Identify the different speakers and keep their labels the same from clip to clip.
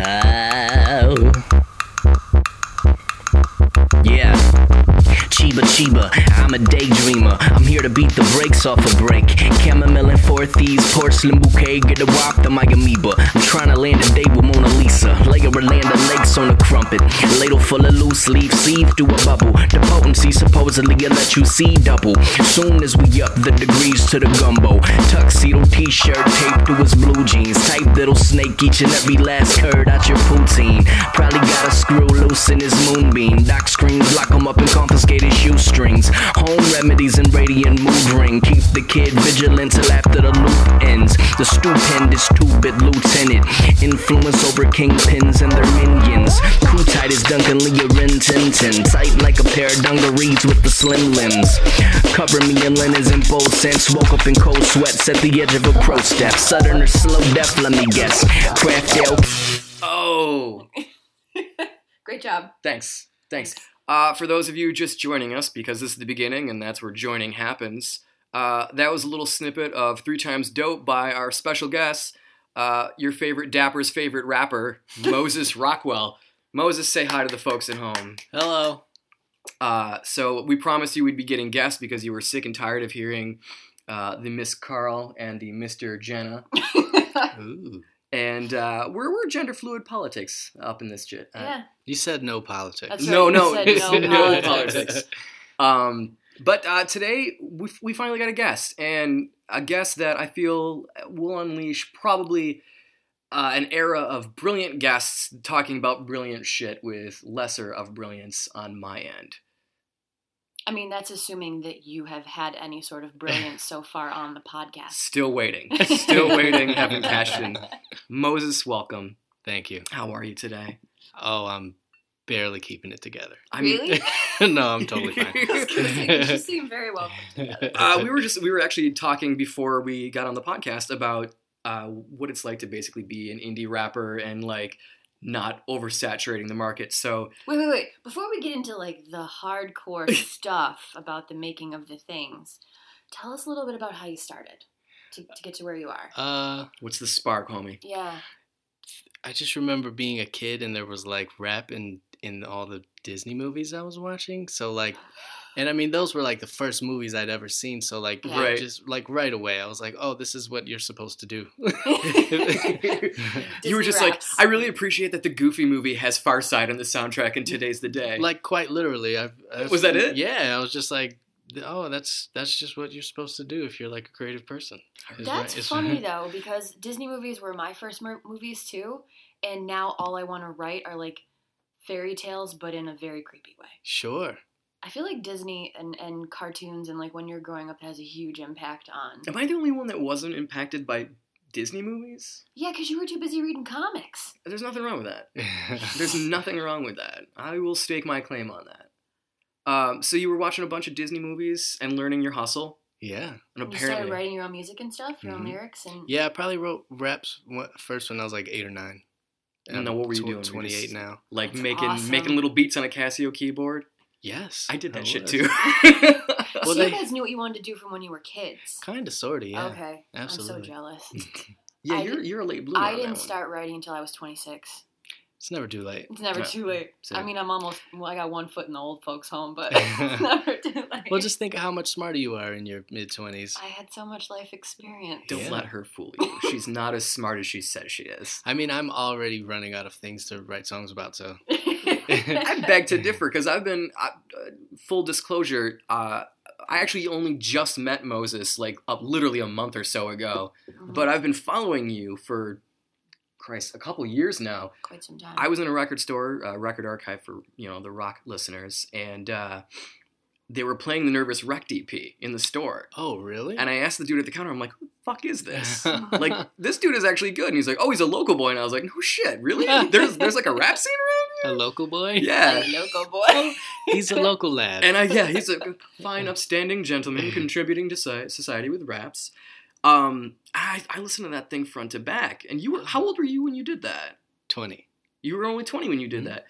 Speaker 1: Oh. Yeah. Chiba Chiba, I'm a daydreamer. I'm here to beat the brakes off a break. Chamomile and four thieves, porcelain bouquet, get a rock on my amoeba. I'm trying to land a date with Mona Lisa. Layer a land of lakes on a crumpet. Ladle full of loose leaves, sieve through a bubble. The potency supposedly will let you see double. Soon as we up the degrees to the gumbo. Tuxedo t shirt taped to his blue jeans. Type little snake, each and every last curd out your poutine. Probably got a screw loose in his moonbeam. Doc screams, lock him up and confiscate his shoestrings. Home remedies and radiant mood ring. Keep the kid vigilant till after the loop ends. The stupendous two-bit lieutenant. Influence over kingpins and their minions. Crew tight as Duncan Lee or Rin Tin Tin. Tight like a pair of dungarees with the slim limbs. Cover me in linens in both sense. Woke up in cold sweats at the edge of a crow step. Southern or slow death, let me guess. Craft ale.
Speaker 2: Oh,
Speaker 3: Great job.
Speaker 2: thanks. Thanks. Uh, for those of you just joining us, because this is the beginning and that's where joining happens, uh, that was a little snippet of Three Times Dope by our special guest, uh, your favorite, Dapper's favorite rapper, Moses Rockwell. Moses, say hi to the folks at home.
Speaker 4: Hello.
Speaker 2: Uh, so we promised you we'd be getting guests because you were sick and tired of hearing uh, the Miss Carl and the Mr. Jenna.
Speaker 3: Uh,
Speaker 4: Ooh.
Speaker 2: And uh, we're, we're gender fluid politics up in this shit. Uh,
Speaker 3: yeah.
Speaker 4: You said no politics.
Speaker 3: That's
Speaker 2: No,
Speaker 3: right,
Speaker 2: no,
Speaker 3: you said no
Speaker 2: no
Speaker 3: politics.
Speaker 2: politics. Um, but uh, today we, we finally got a guest, and a guest that I feel will unleash probably uh, an era of brilliant guests talking about brilliant shit with lesser of brilliance on my end.
Speaker 3: I mean, that's assuming that you have had any sort of brilliance so far on the podcast.
Speaker 2: Still waiting, still waiting, haven't cashed in. Moses, welcome.
Speaker 4: Thank you.
Speaker 2: How are you today?
Speaker 4: Oh, I'm barely keeping it together.
Speaker 2: I
Speaker 3: Really?
Speaker 4: no, I'm totally fine.
Speaker 3: I was gonna say, 'cause you seem very well.
Speaker 2: uh, we were just we were actually talking before we got on the podcast about uh, what it's like to basically be an indie rapper and like not oversaturating the market. So
Speaker 3: Wait, wait, wait. Before we get into like the hardcore stuff about the making of the things, tell us a little bit about how you started to, to get to where you are.
Speaker 4: Uh,
Speaker 2: what's the spark, homie?
Speaker 3: Yeah.
Speaker 4: I just remember being a kid and there was like rap in in all the Disney movies I was watching. So like, and I mean those were like the first movies I'd ever seen. So like,
Speaker 3: Yeah.
Speaker 2: Right.
Speaker 4: just like right away, I was like, oh, this is what you're supposed to do.
Speaker 2: you were
Speaker 3: Disney
Speaker 2: just
Speaker 3: raps.
Speaker 2: like, I really appreciate that the Goofy movie has Far Side on the soundtrack, and today's the day.
Speaker 4: like quite literally. I, I
Speaker 2: Was that it?
Speaker 4: Yeah, I was just like, oh, that's that's just what you're supposed to do if you're like a creative person. Is
Speaker 3: That's
Speaker 4: right- is-
Speaker 3: funny though, because Disney movies were my first mo- movies too, and now all I want to write are like fairy tales, but in a very creepy way.
Speaker 4: Sure.
Speaker 3: I feel like Disney and, and cartoons and like when you're growing up has a huge impact on.
Speaker 2: am I the only one that wasn't impacted by Disney movies?
Speaker 3: Yeah, because you were too busy reading comics.
Speaker 2: There's nothing wrong with that. There's nothing wrong with that. I will stake my claim on that. Um, so you were watching a bunch of Disney movies and learning your hustle,
Speaker 4: yeah.
Speaker 2: and
Speaker 3: You started
Speaker 2: apparently,
Speaker 3: writing your own music and stuff, your own
Speaker 4: Mhm.
Speaker 3: lyrics, and
Speaker 4: Yeah, I probably wrote raps wh- first when I was like eight or nine.
Speaker 2: And then what were you
Speaker 4: tw-
Speaker 2: doing? You just-
Speaker 4: 28 now.
Speaker 2: like
Speaker 3: That's
Speaker 2: making
Speaker 3: awesome.
Speaker 2: making little beats on a Casio keyboard.
Speaker 4: Yes.
Speaker 2: I did that shit
Speaker 4: was.
Speaker 2: too.
Speaker 3: so
Speaker 4: Well,
Speaker 3: you
Speaker 4: they-
Speaker 3: guys knew what you wanted to do from when you were kids.
Speaker 4: Kinda, sorta, yeah.
Speaker 3: okay, I'm so
Speaker 4: absolutely.
Speaker 3: jealous.
Speaker 2: yeah,
Speaker 3: I
Speaker 2: you're
Speaker 3: didn't-
Speaker 2: you're a late bloomer.
Speaker 3: I
Speaker 2: on that
Speaker 3: didn't
Speaker 2: one.
Speaker 3: start writing until I was 26.
Speaker 4: It's never too late. Uh,
Speaker 3: It's never
Speaker 2: Yeah.
Speaker 3: too late. I
Speaker 4: Same.
Speaker 3: mean, I'm almost. Well, I got one foot in the old folks' home, but it's never too late.
Speaker 4: Well, just think of how much smarter you are in your mid 20s.
Speaker 3: I had so much life experience.
Speaker 2: Don't
Speaker 4: Yeah.
Speaker 2: let her fool you. She's not as smart as she says she is.
Speaker 4: I mean, I'm already running out of things to write songs about, so.
Speaker 2: I beg to differ because I've been I, uh, full disclosure. Uh, I actually only just met Moses like uh, literally a month or so ago,
Speaker 3: Mm-hmm.
Speaker 2: but I've been following you for Christ a couple years now.
Speaker 3: quite some time.
Speaker 2: I was in a record store, uh, record archive for you know the rock listeners, and uh, they were playing the Nervous Wreck DP in the store.
Speaker 4: Oh, really?
Speaker 2: And I asked the dude at the counter, I'm like, "Who the fuck is this?" like
Speaker 4: like,
Speaker 2: this dude is actually good, and he's like, "Oh, he's a local boy," and I was like, "No shit, really? There's there's like a rap scene
Speaker 4: a local boy?
Speaker 2: around?" here?" Yeah,
Speaker 3: Hey, loco boy.
Speaker 4: He's a local lad.
Speaker 2: and I yeah, he's a fine, upstanding gentleman contributing to soci- society with raps. Um, I, I listened to that thing front to back, and you were how old were you when you did that?
Speaker 4: 20.
Speaker 2: You were only 20 when you did
Speaker 4: Mhm.
Speaker 2: that.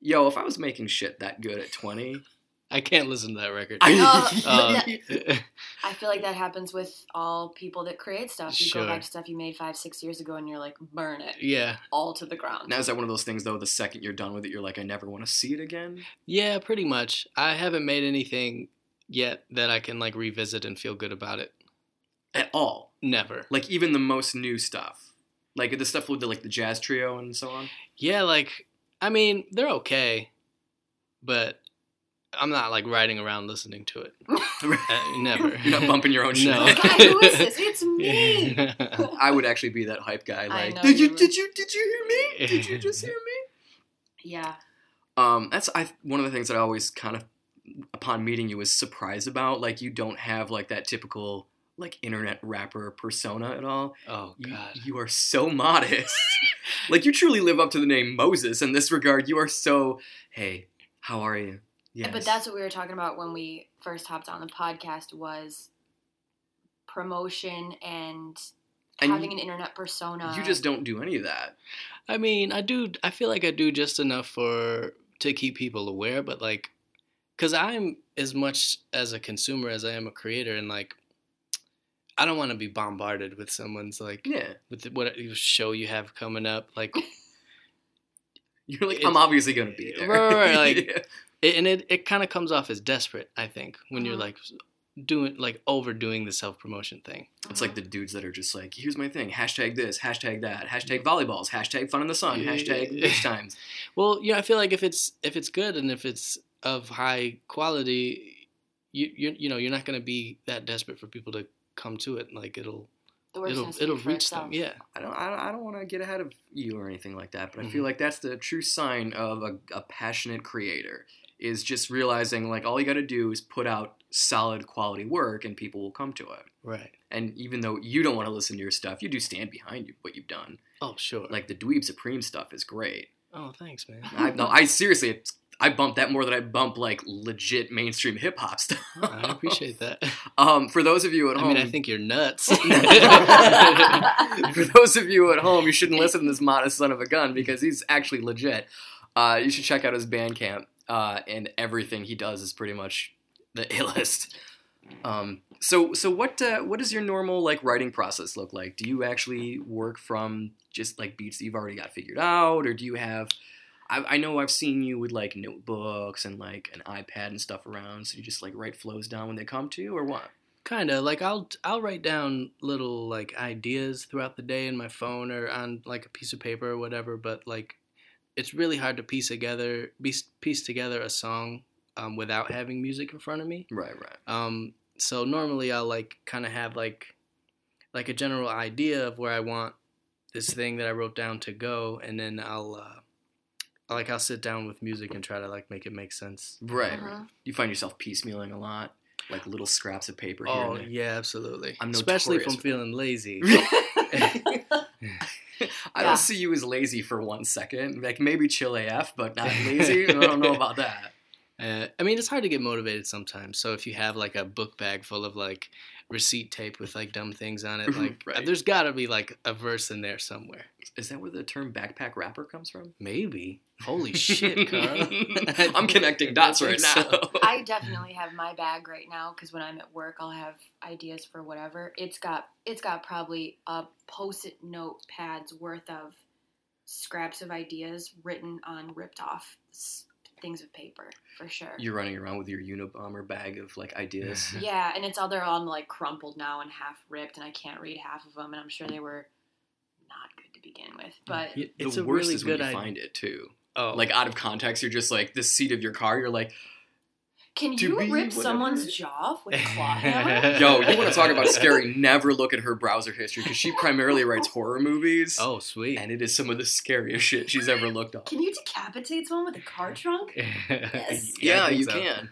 Speaker 2: Yo, if I was making shit that good at 20,
Speaker 4: I can't listen to that record.
Speaker 3: Oh,
Speaker 4: Uh,
Speaker 3: but I feel like that happens with all people that create stuff. You
Speaker 4: Sure.
Speaker 3: go back to stuff you made five, six years ago, and you're like, burn it
Speaker 4: yeah,
Speaker 3: all to the ground.
Speaker 2: now is that one of those things though? The second you're done with it, you're like, I never want to see it again.
Speaker 4: yeah, pretty much. I haven't made anything yet that I can like revisit and feel good about it.
Speaker 2: at all.
Speaker 4: Never.
Speaker 2: Like even the most new stuff, like the stuff with the, like the jazz trio and so on.
Speaker 4: Yeah, like I mean, they're okay, but I'm not like riding around listening to it. Uh, never.
Speaker 2: You're not bumping your own shit.
Speaker 4: No.
Speaker 3: God, who is this? It's me.
Speaker 2: I would actually be that hype guy.
Speaker 3: I
Speaker 2: Like,
Speaker 3: know
Speaker 2: did
Speaker 3: you
Speaker 2: you,
Speaker 3: would.
Speaker 2: did you did you hear me? Did you just hear me?
Speaker 3: yeah.
Speaker 2: Um, that's I one of the things that I always kind of upon meeting you was surprised about. Like you don't have like that typical like internet rapper persona at all.
Speaker 4: oh
Speaker 2: You,
Speaker 4: God.
Speaker 2: you are so modest. like you truly live up to the name Moses in this regard. You are so hey, how are you? Yes.
Speaker 3: But that's what we were talking about when we first hopped on the podcast was promotion and,
Speaker 2: And
Speaker 3: having
Speaker 2: you-
Speaker 3: an uh, internet persona.
Speaker 2: you just don't do any of that.
Speaker 4: I mean, I do. I feel like I do just enough for to keep people aware, but like, because I'm as much as a consumer as I am a creator, and like, I don't want to be bombarded with someone's like
Speaker 2: Yeah.
Speaker 4: with what show you have coming up, like,
Speaker 2: You're like,
Speaker 4: It's-
Speaker 2: I'm obviously gonna be there.
Speaker 4: Right, right, right,
Speaker 2: Yeah.
Speaker 4: it, and it it kind of comes off as desperate. I think when you're
Speaker 3: Mhm.
Speaker 4: like doing like overdoing the self promotion thing.
Speaker 2: It's
Speaker 3: Mm-hmm.
Speaker 2: like the dudes that are just like, here's my thing, hashtag this, hashtag that, hashtag volleyballs, hashtag fun in the sun,
Speaker 4: Yeah.
Speaker 2: hashtag beach times.
Speaker 4: Well, yeah, I feel like if it's if it's good and if it's of high quality, you you you know you're not gonna be that desperate for people to come to it. Like it'll.
Speaker 3: the word's
Speaker 4: it'll
Speaker 3: gonna speak
Speaker 4: it'll
Speaker 3: for
Speaker 4: reach
Speaker 3: itself.
Speaker 4: them. Yeah.
Speaker 2: I don't I don't, I don't wanna get ahead of you or anything like that, but I feel
Speaker 4: Mm-hmm.
Speaker 2: like that's the true sign of a, a passionate creator is just realizing like all you gotta do is put out solid quality work and people will come to it.
Speaker 4: Right.
Speaker 2: And even though you don't want to listen to your stuff, you do stand behind you, what you've done.
Speaker 4: Oh sure.
Speaker 2: Like the Dweeb Supreme stuff is great.
Speaker 4: oh thanks man.
Speaker 2: I, no, I seriously, it's, I bump that more than I bump like legit mainstream hip hop stuff.
Speaker 4: I appreciate that.
Speaker 2: Um, for those of you at
Speaker 4: I
Speaker 2: home,
Speaker 4: mean I think you're nuts.
Speaker 2: for those of you at home, you shouldn't listen to this modest son of a gun because he's actually legit. Uh, you should check out his Bandcamp, uh, and everything he does is pretty much the illest. Um, so, so what uh, what does your normal like writing process look like? Do you actually work from just like beats that you've already got figured out, or do you have? I, I know I've seen you with like notebooks and like an iPad and stuff around, so you just like write flows down when they come to you, or what?
Speaker 4: Kinda like I'll I'll write down little like ideas throughout the day in my phone or on like a piece of paper or whatever. But like it's really hard to piece together piece, piece together a song um, without having music in front of me.
Speaker 2: Right, right.
Speaker 4: Um, so normally I'll like kind of have like like a general idea of where I want this thing that I wrote down to go, and then I'll uh, like I'll sit down with music and try to like make it make sense.
Speaker 2: Right.
Speaker 3: Uh-huh.
Speaker 2: You find yourself piecemealing a lot, like little scraps of paper here
Speaker 4: Oh
Speaker 2: and there.
Speaker 4: yeah, absolutely.
Speaker 2: I'm
Speaker 4: Especially if
Speaker 2: notorious for
Speaker 4: I'm feeling lazy.
Speaker 3: Uh-huh.
Speaker 2: I
Speaker 3: Yeah.
Speaker 2: don't see you as lazy for one second. Like maybe chill AF, but not lazy. I don't know about that.
Speaker 4: Uh, I mean, it's hard to get motivated sometimes. So if you have like a book bag full of like receipt tape with like dumb things on it, like
Speaker 2: Mm-hmm,
Speaker 4: uh,
Speaker 2: Right.
Speaker 4: there's got to be like a verse in there somewhere.
Speaker 2: Is that where the term backpack rapper comes from?
Speaker 4: Maybe. Holy shit, Carl.
Speaker 2: I'm connecting dots
Speaker 4: I
Speaker 2: right
Speaker 4: think
Speaker 2: now.
Speaker 4: so.
Speaker 3: I definitely have my bag right now because when I'm at work, I'll have ideas for whatever. It's got it's got probably a post-it note pads worth of scraps of ideas written on ripped off s- things of paper for sure.
Speaker 2: You're running around with your Unabomber bag of like ideas.
Speaker 3: yeah, and it's all they're all like crumpled now and half ripped, and I can't read half of them, and I'm sure they were not good to begin with.
Speaker 2: Mm.
Speaker 3: But
Speaker 4: Yeah, it's
Speaker 2: the
Speaker 4: a
Speaker 2: worst
Speaker 4: really
Speaker 2: is
Speaker 4: good
Speaker 2: when you
Speaker 4: idea.
Speaker 2: find it too.
Speaker 4: Oh,
Speaker 2: Like out of context, you're just like the seat of your car. You're like,
Speaker 3: can
Speaker 2: to
Speaker 3: you
Speaker 2: read
Speaker 3: rip
Speaker 2: whatever
Speaker 3: someone's
Speaker 2: it-
Speaker 3: jaw off with a claw hammer?
Speaker 2: yo, you want to talk about scary? Never look at her browser history because she primarily writes horror movies.
Speaker 4: Oh, sweet.
Speaker 2: and it is some of the scariest shit she's ever looked up.
Speaker 3: Can you decapitate someone with a car trunk? Yes.
Speaker 4: I
Speaker 2: Yeah,
Speaker 4: think
Speaker 2: you
Speaker 4: so.
Speaker 2: can.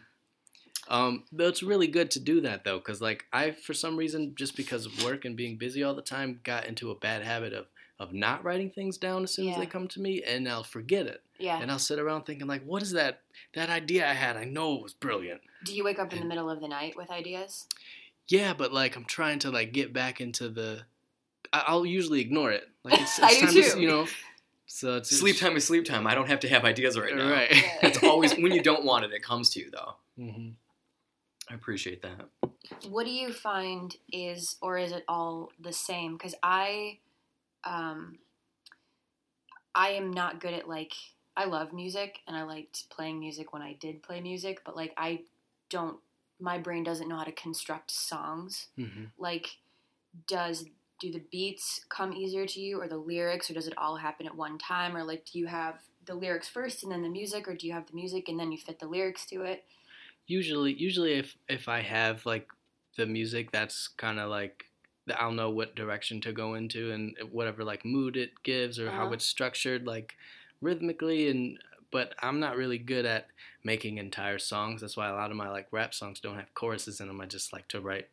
Speaker 4: Um, though it's really good to do that though, because like I, for some reason, just because of work and being busy all the time, got into a bad habit of of not writing things down as soon as
Speaker 3: Yeah.
Speaker 4: they come to me, and I'll forget it,
Speaker 3: Yeah.
Speaker 4: and I'll sit around thinking like, what is that that idea I had? I know it was brilliant.
Speaker 3: Do you wake up in the middle of the night with ideas?
Speaker 4: Yeah, but like I'm trying to like get back into the. I, I'll usually ignore it. Like it's,
Speaker 3: I
Speaker 4: it's
Speaker 3: do
Speaker 4: time to,
Speaker 3: too.
Speaker 4: you know. So it's
Speaker 2: Sleep time is sleep time. I don't have to have ideas right now.
Speaker 4: Right.
Speaker 3: Yeah.
Speaker 2: It's always when you don't want it, it comes to you though.
Speaker 4: hmm
Speaker 2: I appreciate that.
Speaker 3: what do you find is or is it all the same because i um i am not good at like i love music and i liked playing music when i did play music but like i don't my brain doesn't know how to construct songs
Speaker 4: hmm
Speaker 3: like does do the beats come easier to you or the lyrics or does it all happen at one time or like do you have the lyrics first and then the music or do you have the music and then you fit the lyrics to it
Speaker 4: usually usually if if i have like the music that's kind of like the- i'll know what direction to go into and whatever like mood it gives or how
Speaker 3: Uh-huh.
Speaker 4: it's structured like rhythmically and but i'm not really good at making entire songs that's why a lot of my like rap songs don't have choruses in them i just like to write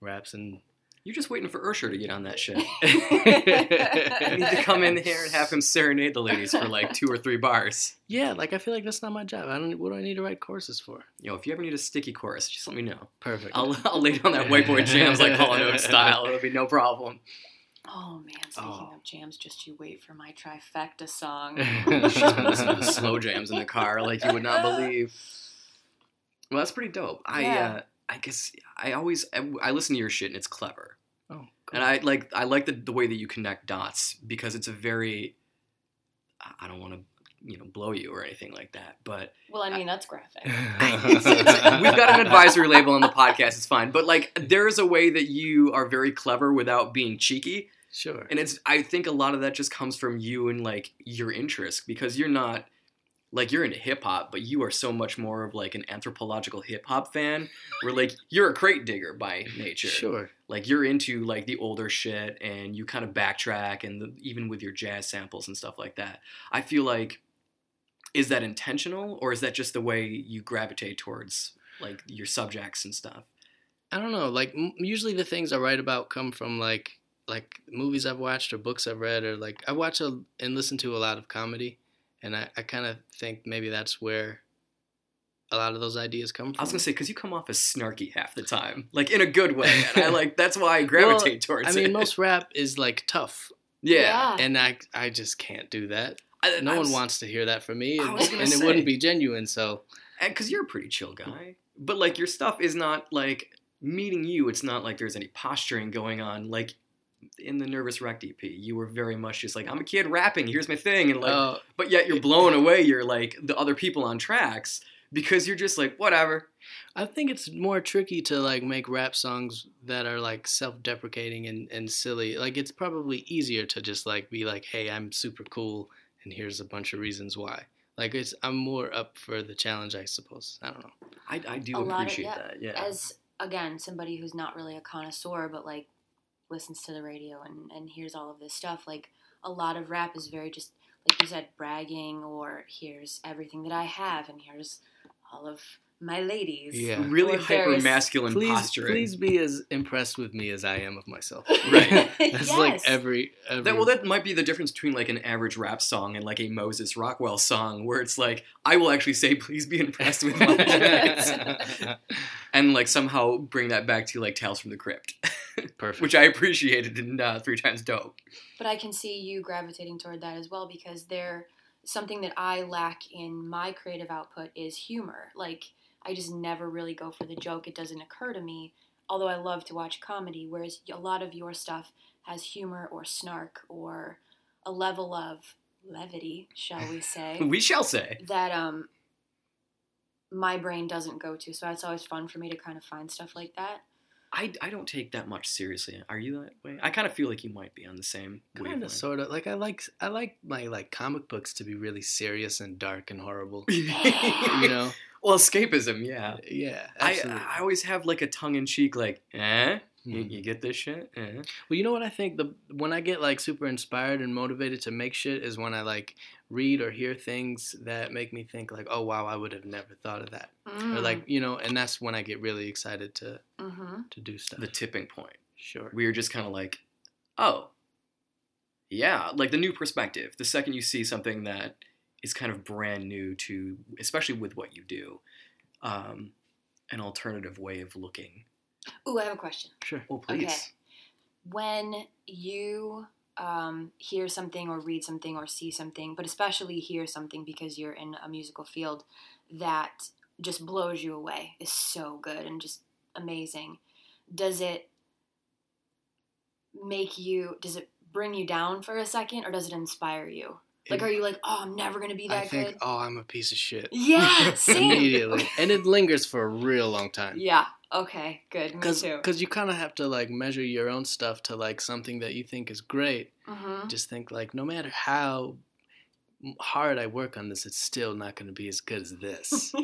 Speaker 4: raps and
Speaker 2: You're just waiting for Ursher to get on that shit. I need
Speaker 4: I
Speaker 2: to come in here and have him serenade the ladies for like two or three bars.
Speaker 4: yeah like i feel like that's not my job i don't what do i need to write choruses for
Speaker 2: Yo, if you ever need a sticky chorus, just let me know.
Speaker 4: perfect
Speaker 2: I'll, I'll lay down that whiteboard jams like Hollow Oak style. It'll be no problem.
Speaker 3: Oh man, speaking
Speaker 2: Oh.
Speaker 3: of jams, just you wait for my trifecta song.
Speaker 2: She's been listening to slow jams in the car like you would not believe. Well, that's pretty dope. I
Speaker 3: Yeah.
Speaker 2: uh, I guess I always I, I listen to your shit and it's clever.
Speaker 4: oh cool.
Speaker 2: And I like I like the, the way that you connect dots because it's a very I- I don't want to you know blow you or anything like that, but
Speaker 3: well, I mean that's graphic.
Speaker 2: We've got an advisory label on the podcast. It's fine, but like there is a way that you are very clever without being cheeky,
Speaker 4: sure
Speaker 2: and it's I think a lot of that just comes from you and like your interest because you're not like you're into hip hop, but you are so much more of like an anthropological hip hop fan. Where like you're a crate digger by nature.
Speaker 4: sure
Speaker 2: Like you're into like the older shit, and you kind of backtrack, and the, even with your jazz samples and stuff like that. I feel like is that intentional or is that just the way you gravitate towards like your subjects and stuff?
Speaker 4: I don't know. Like m- usually the things I write about come from like like movies I've watched or books I've read or like I watch a, and listen to a lot of comedy, and I, I kind of think maybe that's where a lot of those ideas come from.
Speaker 2: I was gonna say because you come off as snarky half the time, like in a good way, and I like that's why I gravitate towards
Speaker 4: I mean,
Speaker 2: it.
Speaker 4: most rap is like tough,
Speaker 2: yeah,
Speaker 4: and I I just can't do that.
Speaker 2: I-
Speaker 4: No
Speaker 2: I'm
Speaker 4: one
Speaker 2: s-
Speaker 4: wants to hear that from me,
Speaker 2: I
Speaker 4: and,
Speaker 2: was gonna
Speaker 4: and it
Speaker 2: say.
Speaker 4: wouldn't be genuine. So
Speaker 2: and because Eh, you're a pretty
Speaker 4: Mm.
Speaker 2: chill guy, but like your stuff is not like meeting you. It's not like there's any posturing going on. Like in the Nervous Wreck EP, you were very much just like I'm a kid rapping. Here's my thing, and like,
Speaker 4: uh,
Speaker 2: but yet you're blown away. You're like the other people on tracks because you're just like whatever.
Speaker 4: I think it's more tricky to like make rap songs that are like self-deprecating and, and silly. Like it's probably easier to just like be like, "Hey, I'm super cool, and here's a bunch of reasons why." Like it's I'm more up for the challenge, I suppose. I don't know.
Speaker 2: I, I do
Speaker 3: A lot of-
Speaker 2: appreciate
Speaker 3: yeah,
Speaker 2: that. Yeah.
Speaker 3: As again, somebody who's not really a connoisseur but like listens to the radio and, and hears all of this stuff, like a lot of rap is very just like you said, bragging or here's everything that I have and here's all of my ladies.
Speaker 4: Yeah.
Speaker 2: really
Speaker 3: Or
Speaker 2: hyper
Speaker 3: various-
Speaker 2: masculine
Speaker 4: Please,
Speaker 2: posturing.
Speaker 4: please be as impressed with me as I am of myself.
Speaker 2: Right.
Speaker 4: That's like
Speaker 3: Yes.
Speaker 4: every every.
Speaker 2: That, well, that might be the difference between like an average rap song and like a Moses Rockwell song, where it's like I will actually say, "Please be impressed with my tracks," and like somehow bring that back to like Tales from the Crypt,
Speaker 4: Perfect.
Speaker 2: which I appreciated in uh, Three Times Dope.
Speaker 3: But I can see you gravitating toward that as well because they're something that I lack in my creative output is humor. Like I just never really go for the joke. It doesn't occur to me. Although I love to watch comedy, whereas a lot of your stuff has humor or snark or a level of levity, shall we say,
Speaker 2: We shall say.
Speaker 3: that um my brain doesn't go to. So it's always fun for me to kind of find stuff like that.
Speaker 2: I, I don't take that much seriously. Are you that way? I kind of feel like you might be on the same
Speaker 4: Kind
Speaker 2: wavelength.
Speaker 4: of, sort of. Like I like I like my like comic books to be really serious and dark and horrible. You know.
Speaker 2: well, escapism, yeah.
Speaker 4: Yeah.
Speaker 2: I,
Speaker 4: absolutely.
Speaker 2: I always have like a tongue in cheek, like, eh? You,
Speaker 4: Mhm.
Speaker 2: you get this shit? Eh?
Speaker 4: Well, you know what I think the when I get like super inspired and motivated to make shit is when I like read or hear things that make me think like, "Oh wow, I would have never thought of that." Or
Speaker 3: Hmm.
Speaker 4: like, you know, and that's when I get really excited to
Speaker 3: mm-hmm.
Speaker 4: to do stuff.
Speaker 2: The tipping point.
Speaker 4: sure.
Speaker 2: we were just kind of like, oh, yeah, like the new perspective. The second you see something that is kind of brand new to, especially with what you do, um, an alternative way of looking.
Speaker 3: Ooh, I have a question.
Speaker 4: Sure.
Speaker 2: Well, please.
Speaker 3: Okay. when you um, hear something or read something or see something, but especially hear something because you're in a musical field that just blows you away is so good and just amazing. Does it make you? Does it bring you down for a second, or does it inspire you? Like,
Speaker 4: It-
Speaker 3: are you like, oh, I'm never gonna be that
Speaker 4: I think,
Speaker 3: good?
Speaker 4: oh, I'm a piece of shit.
Speaker 3: Yeah, same.
Speaker 4: Immediately. And it lingers for a real long time.
Speaker 3: yeah. Okay. Good. Me
Speaker 4: Cause,
Speaker 3: too.
Speaker 4: 'cause you kind of have to like measure your own stuff to like something that you think is great.
Speaker 3: hmm
Speaker 4: Just think like, no matter how m- hard I work on this, it's still not going to be as good as this.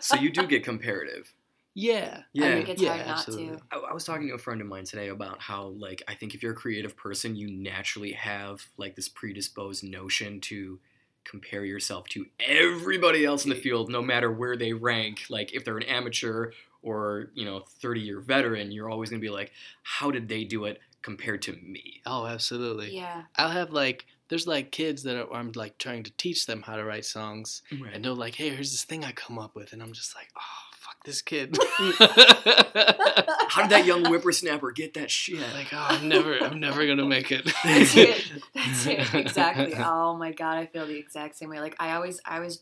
Speaker 2: So you do get comparative.
Speaker 4: yeah.
Speaker 2: Yeah.
Speaker 3: I think it's
Speaker 4: yeah,
Speaker 3: hard not
Speaker 4: absolutely.
Speaker 3: to.
Speaker 2: I, I was talking to a friend of mine today about how, like, I think if you're a creative person, you naturally have like this predisposed notion to compare yourself to everybody else in the field, no matter where they rank. Like, if they're an amateur or you know, 30 year veteran, you're always gonna be like, how did they do it compared to me?
Speaker 4: Oh, absolutely.
Speaker 3: Yeah.
Speaker 4: I'll have like, there's like kids that are, I'm like trying to teach them how to write songs. And they're like, hey, here's this thing I come up with. And I'm just like, oh, fuck this kid. like,
Speaker 2: How did that young whippersnapper get that shit?
Speaker 4: oh, I'm never, I'm never going to make it.
Speaker 3: That's it. That's it. Exactly. Oh my god, I feel the exact same way. Like I always I always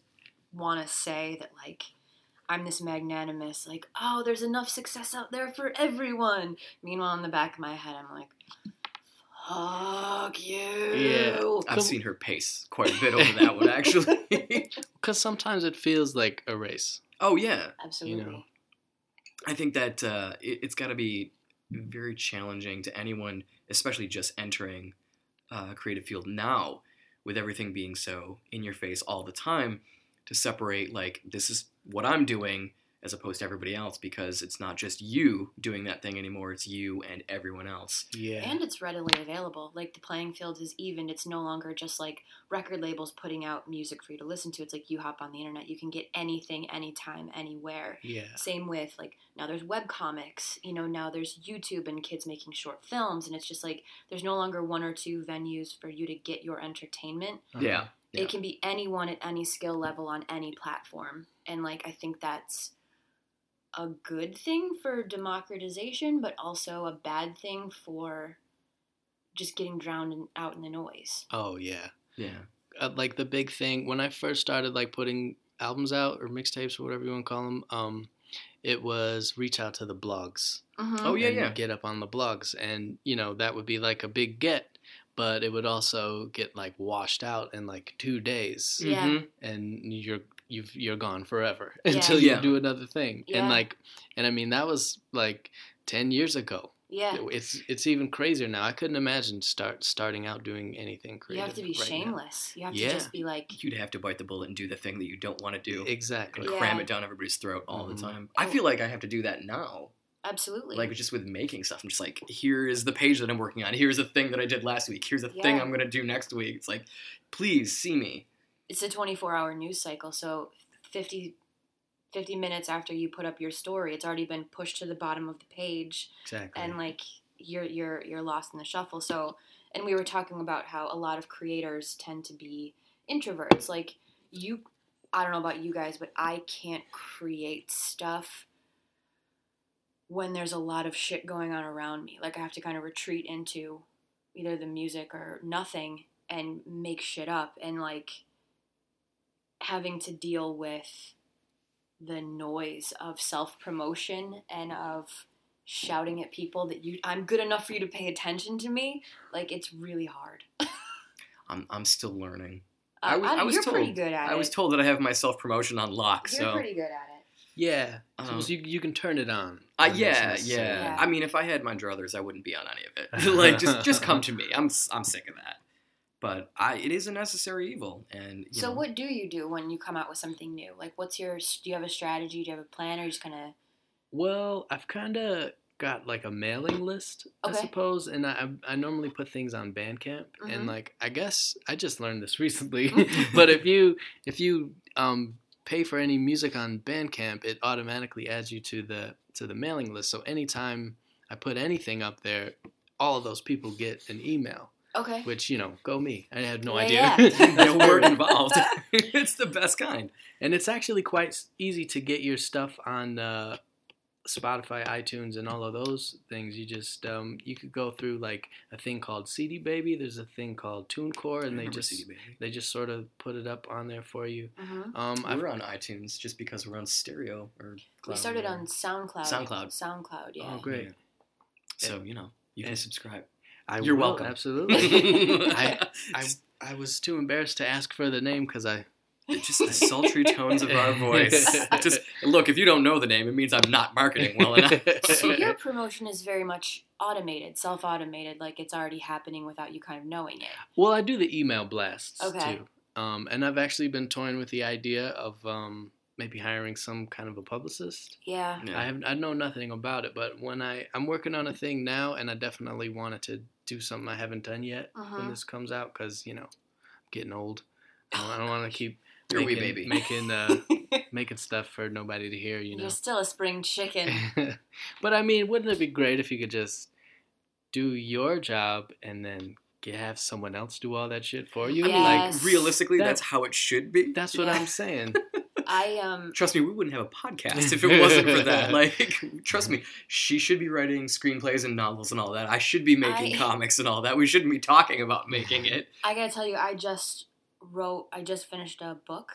Speaker 3: wanna say that like I'm this magnanimous, like, oh, there's enough success out there for everyone. Meanwhile in the back of my head I'm like, Fuck you.
Speaker 2: I've seen her pace quite a bit over that one, actually.
Speaker 4: Because sometimes it feels like a race.
Speaker 2: oh yeah,
Speaker 3: Absolutely.
Speaker 4: You know.
Speaker 2: I think that uh, it, it's got to be very challenging to anyone, especially just entering uh, creative field now, with everything being so in your face all the time, to separate like this is what I'm doing as opposed to everybody else because it's not just you doing that thing anymore; it's you and everyone else.
Speaker 4: Yeah.
Speaker 3: And it's readily available. Like the playing field is even. It's no longer just like record labels putting out music for you to listen to. It's like you hop on the internet, you can get anything, anytime, anywhere.
Speaker 4: Yeah.
Speaker 3: Same with like now there's web comics, you know, now there's YouTube and kids making short films and it's just like there's no longer one or two venues for you to get your entertainment.
Speaker 4: Uh-huh.
Speaker 2: Yeah. Yeah.
Speaker 3: It can be anyone at any skill level on any platform. And like I think that's a good thing for democratization, but also a bad thing for just getting drowned in, out in the noise.
Speaker 4: Oh, yeah.
Speaker 2: Yeah.
Speaker 4: uh, like the big thing when I first started like putting albums out or mixtapes or whatever you want to call them. Um, it was reach out to the blogs.
Speaker 2: Oh, yeah,
Speaker 3: Um,
Speaker 4: and
Speaker 2: yeah.
Speaker 4: Get up on the blogs, and you know that would be like a big get, but it would also get like washed out in like two days,
Speaker 3: Yeah.
Speaker 2: Mhm.
Speaker 4: and you're you've you're gone forever
Speaker 3: Mm. Yeah.
Speaker 4: until you
Speaker 2: Yeah.
Speaker 4: do another thing.
Speaker 3: Yeah.
Speaker 4: And like, and I mean that was like ten years ago.
Speaker 3: Yeah.
Speaker 4: It's it's even crazier now. I couldn't imagine start starting out doing anything
Speaker 3: You
Speaker 4: creative.
Speaker 3: have to be
Speaker 4: right now.
Speaker 3: shameless. You have
Speaker 4: Yeah.
Speaker 3: to just be like
Speaker 2: You'd have to bite the bullet and do the thing that you don't want to do.
Speaker 4: Exactly.
Speaker 2: And
Speaker 3: Yeah.
Speaker 2: cram it down everybody's throat all
Speaker 4: Mhm.
Speaker 2: the time. I feel like I have to do that now.
Speaker 3: absolutely
Speaker 2: like just with making stuff. I'm just like, here is the page that I'm working on. Here's a thing that I did last week. Here's a thing
Speaker 3: Yeah.
Speaker 2: I'm gonna do next week. It's like, please see me.
Speaker 3: it's a 24 hour news cycle so 50 50 minutes after you put up your story it's already been pushed to the bottom of the page
Speaker 4: Exactly.
Speaker 3: and like you're you're you're lost in the shuffle so and we were talking about how a lot of creators tend to be introverts like you I don't know about you guys but I can't create stuff when there's a lot of shit going on around me like I have to kind of retreat into either the music or nothing and make shit up and like having to deal with the noise of self-promotion and of shouting at people that you I'm good enough for you to pay attention to me like it's really hard
Speaker 2: I'm I'm still learning.
Speaker 3: Uh,
Speaker 2: I was-
Speaker 3: don't-
Speaker 2: I was
Speaker 3: you're pretty
Speaker 2: told-
Speaker 3: good at it
Speaker 2: I was told that I have my self promotion on lock.
Speaker 3: you're
Speaker 2: so
Speaker 3: pretty good at it
Speaker 4: Yeah,
Speaker 2: Um,
Speaker 4: so you you can turn it on.
Speaker 2: uh,
Speaker 4: when it's
Speaker 2: yeah, yeah,
Speaker 4: necessary.
Speaker 3: Yeah.
Speaker 2: I mean, if I had my druthers, I wouldn't be on any of it. like, just just come to me. I'm s- I'm sick of that. But I, it is a necessary evil, and you
Speaker 3: so
Speaker 2: know,
Speaker 3: what do you do when you come out with something new like what's your do you have a strategy do you have a plan or you just kind of
Speaker 4: Well, I've kind of got like a mailing list, I
Speaker 3: Okay.
Speaker 4: suppose, and I I I normally put things on Bandcamp,
Speaker 3: Mhm.
Speaker 4: and like I guess I just learned this recently, but if you if you um pay for any music on Bandcamp, it automatically adds you to the to the mailing list. So anytime I put anything up there, all of those people get an email,
Speaker 3: okay
Speaker 4: which you know, go me. I had no
Speaker 3: Yeah,
Speaker 4: idea.
Speaker 3: yeah.
Speaker 2: no work involved. it's the best kind.
Speaker 4: and it's actually quite s- easy to get your stuff on uh, Spotify, iTunes, and all of those things, you just um, you could go through like a thing called CD Baby. There's a thing called TuneCore, and they
Speaker 2: Remember
Speaker 4: just
Speaker 2: CD Baby.
Speaker 4: they just sort of put it up on there for you.
Speaker 3: Mhm.
Speaker 4: Um, I've
Speaker 2: We're on iTunes just because we're on stereo or
Speaker 3: We
Speaker 2: cloud
Speaker 3: started
Speaker 2: or-
Speaker 3: on SoundCloud.
Speaker 2: SoundCloud.
Speaker 3: SoundCloud, yeah.
Speaker 4: oh great,
Speaker 2: Yeah. So you know you can
Speaker 4: And-
Speaker 2: subscribe.
Speaker 4: I
Speaker 2: You're
Speaker 4: will,
Speaker 2: welcome.
Speaker 4: Absolutely,
Speaker 2: I,
Speaker 4: I I was too embarrassed to ask for the name because I
Speaker 2: just the sultry tones of our voice. It just look if you don't know the name, it means I'm not marketing well enough.
Speaker 3: so your promotion is very much automated, self-automated, like it's already happening without you kind of knowing it.
Speaker 4: Well, I do the email blasts
Speaker 3: Okay.
Speaker 4: too. Um, and I've actually been toying with the idea of um, maybe hiring some kind of a publicist.
Speaker 3: Yeah.
Speaker 2: Yeah.
Speaker 4: I have I know nothing about it, but when I I'm working on a thing now, and I definitely wanted to do something I haven't done yet when
Speaker 3: Mhm.
Speaker 4: this comes out because you know I'm getting old. I don't, I don't want to keep
Speaker 2: You're a wee
Speaker 4: making,
Speaker 2: baby.
Speaker 4: making uh, making stuff for nobody to hear. You know.
Speaker 3: You're still a spring chicken.
Speaker 4: but I mean, wouldn't it be great if you could just do your job and then g- have someone else do all that shit for you?
Speaker 2: I mean,
Speaker 4: Like
Speaker 3: Yes.
Speaker 2: like realistically,
Speaker 4: That-
Speaker 2: that's how it should be.
Speaker 4: that's what
Speaker 3: Yeah.
Speaker 4: I'm saying.
Speaker 3: I um
Speaker 2: Trust me, we wouldn't have a podcast if it wasn't for that. Like, trust me, she should be writing screenplays and novels and all that. I should be making
Speaker 3: I-
Speaker 2: comics and all that. We shouldn't be talking about making it.
Speaker 3: I gotta tell you, I just wrote, I just finished a book,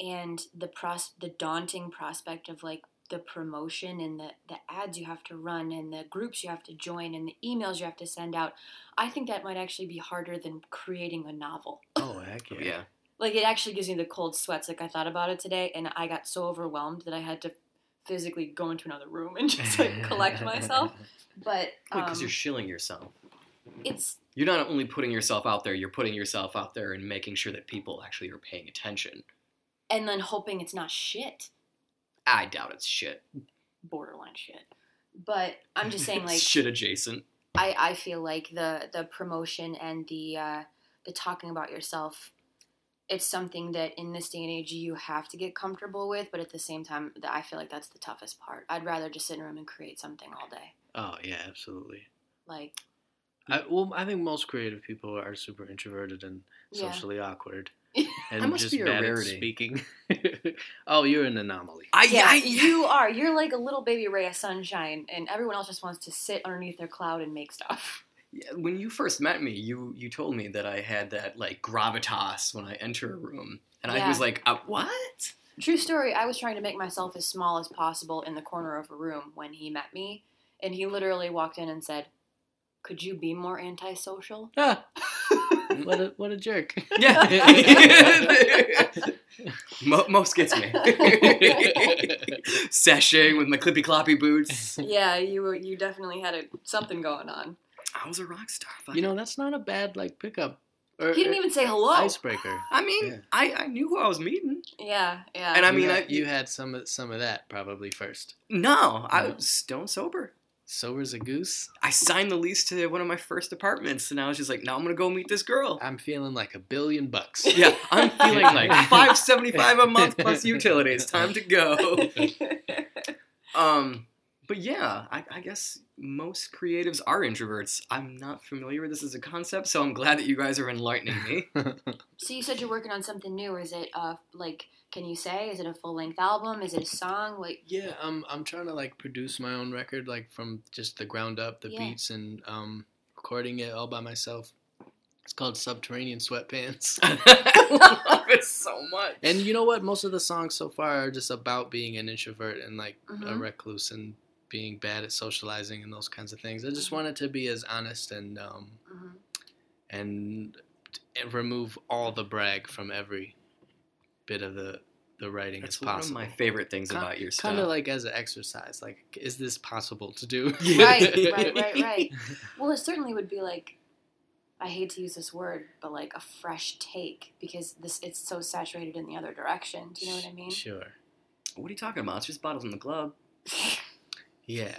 Speaker 3: and the pros, the daunting prospect of like the promotion and the the ads you have to run and the groups you have to join and the emails you have to send out. I think that might actually be harder than creating a novel.
Speaker 4: Oh heck yeah.
Speaker 3: Like it actually gives me the cold sweats. Like I thought about it today, and I got so overwhelmed that I had to physically go into another room and just like collect myself. But um,
Speaker 2: because you're shilling yourself.
Speaker 3: it's
Speaker 2: You're not only putting yourself out there; you're putting yourself out there and making sure that people actually are paying attention.
Speaker 3: and then hoping it's not shit.
Speaker 2: I doubt it's shit.
Speaker 3: borderline shit. But I'm just saying, like,
Speaker 2: it's shit adjacent.
Speaker 3: I, I feel like the the promotion and the uh, the talking about yourself, it's something that in this day and age you have to get comfortable with. But at the same time, th- I feel like that's the toughest part. I'd rather just sit in a room and create something all day.
Speaker 4: Oh yeah, absolutely.
Speaker 3: Like,
Speaker 4: I, well, I think most creative people are super introverted and
Speaker 3: yeah,
Speaker 4: socially awkward, and
Speaker 2: I must
Speaker 4: just
Speaker 2: be a
Speaker 4: bad at
Speaker 2: rarity.
Speaker 4: speaking. oh, you're an anomaly.
Speaker 2: I,
Speaker 3: yeah,
Speaker 2: I-
Speaker 3: you are. You're like a little baby ray of sunshine, and everyone else just wants to sit underneath their cloud and make stuff.
Speaker 2: Yeah, when you first met me, you you told me that I had that like gravitas when I enter a room, and I
Speaker 3: Yeah.
Speaker 2: was like, uh, "What?"
Speaker 3: True story. I was trying to make myself as small as possible in the corner of a room when he met me, and he literally walked in and said, "Could you be more antisocial?"
Speaker 4: Ah, what a what a jerk.
Speaker 2: Yeah. Mo- most gets me. Sashaying with my clippy cloppy boots.
Speaker 3: yeah, you were. You definitely had a, something going on.
Speaker 2: I was a rock star. But
Speaker 4: You know, that's not a bad like pickup. Or,
Speaker 3: He didn't
Speaker 4: or
Speaker 3: even say hello.
Speaker 4: icebreaker.
Speaker 2: I mean,
Speaker 4: Yeah.
Speaker 2: I, I knew who I was meeting.
Speaker 3: Yeah, yeah.
Speaker 2: And I mean,
Speaker 4: you
Speaker 2: I-
Speaker 4: had, you had some of- some of that probably first.
Speaker 2: No, I
Speaker 4: Yeah.
Speaker 2: was stone sober.
Speaker 4: Sober's a goose.
Speaker 2: I signed the lease to one of my first apartments, and I was just like, "Now I'm gonna go meet this girl."
Speaker 4: I'm feeling like a billion bucks.
Speaker 2: Yeah, I'm feeling like five seventy five a month plus utilities. Time to go. Um, but yeah, I, I guess most creatives are introverts. I'm not familiar with this as a concept, so I'm glad that you guys are enlightening me.
Speaker 3: so you said you're working on something new. Is it uh like? Can you say? Is it a full length album? Is it a song? Like,
Speaker 4: yeah, I'm I'm trying to like produce my own record like from just the ground up, the
Speaker 3: Yeah.
Speaker 4: beats and um recording it all by myself. It's called Subterranean Sweatpants.
Speaker 2: I love it so much.
Speaker 4: and you know what? Most of the songs so far are just about being an introvert and like a
Speaker 2: Mm-hmm.
Speaker 3: mhm.
Speaker 4: recluse and being bad at socializing and those kinds of things. I
Speaker 2: Mm-hmm.
Speaker 4: just wanted to be as honest and um
Speaker 3: Mhm.
Speaker 4: and, and remove all the brag from every bit of the the writing
Speaker 2: It's
Speaker 4: as
Speaker 2: one of
Speaker 4: possible.
Speaker 2: my favorite things
Speaker 4: Ki-
Speaker 2: about your stuff.
Speaker 4: kind of like as an exercise. Like, is this possible to do?
Speaker 2: Yeah.
Speaker 3: right, right, right, right. Well, it certainly would be like, I hate to use this word, but like a fresh take because this it's so saturated in the other direction. Do you know what I mean?
Speaker 4: Sure.
Speaker 2: what are you talking about? It's just bottles in the club.
Speaker 4: Yeah.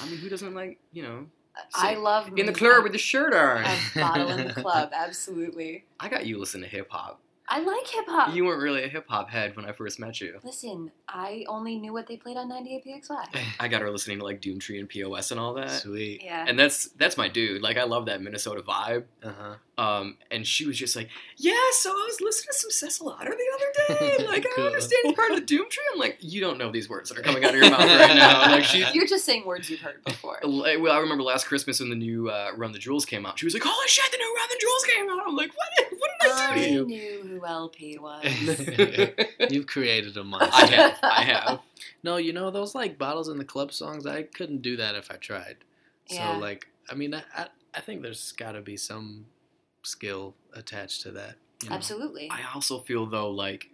Speaker 2: I mean, who doesn't like you know
Speaker 3: I love
Speaker 2: in the
Speaker 3: me
Speaker 2: club with the shirt on?
Speaker 3: a bottle in the club. Absolutely.
Speaker 2: I got you listening to hip hop.
Speaker 3: I like hip
Speaker 4: Ah.
Speaker 3: hop.
Speaker 2: You weren't really a hip hop head when I first met you.
Speaker 3: Listen, I only knew what they played on 98PXY.
Speaker 2: I got her listening to like Doomtree and POS and all
Speaker 3: Uh,
Speaker 2: that.
Speaker 4: Sweet.
Speaker 3: Yeah.
Speaker 2: And that's that's my dude. Like I love that Minnesota vibe.
Speaker 4: Uh huh.
Speaker 2: Um, and she was just like, "Yeah, so I was listening to some Cecil Otter the other day. and, Like I
Speaker 4: Cool.
Speaker 2: understand you're part of the Doom Tree." I'm like, "You don't know these words that are coming out of your mouth right now." Like she,
Speaker 3: You're just saying words you've heard before.
Speaker 2: like, well, I remember last Christmas when the new uh, Run the Jewels came out. She was like, "Holy shit, the new Run the Jewels came out!" I'm like, "What? What did I do to
Speaker 3: I
Speaker 2: you?"
Speaker 3: knew who LP was.
Speaker 4: You've created a
Speaker 2: I
Speaker 4: monster.
Speaker 2: have, I have.
Speaker 4: no, you know those like bottles in the club songs. I couldn't do that if I tried.
Speaker 3: Yeah.
Speaker 4: So like, I mean, I I, I think there's got to be some skill attached to that. you know?
Speaker 3: Absolutely.
Speaker 2: I also feel though like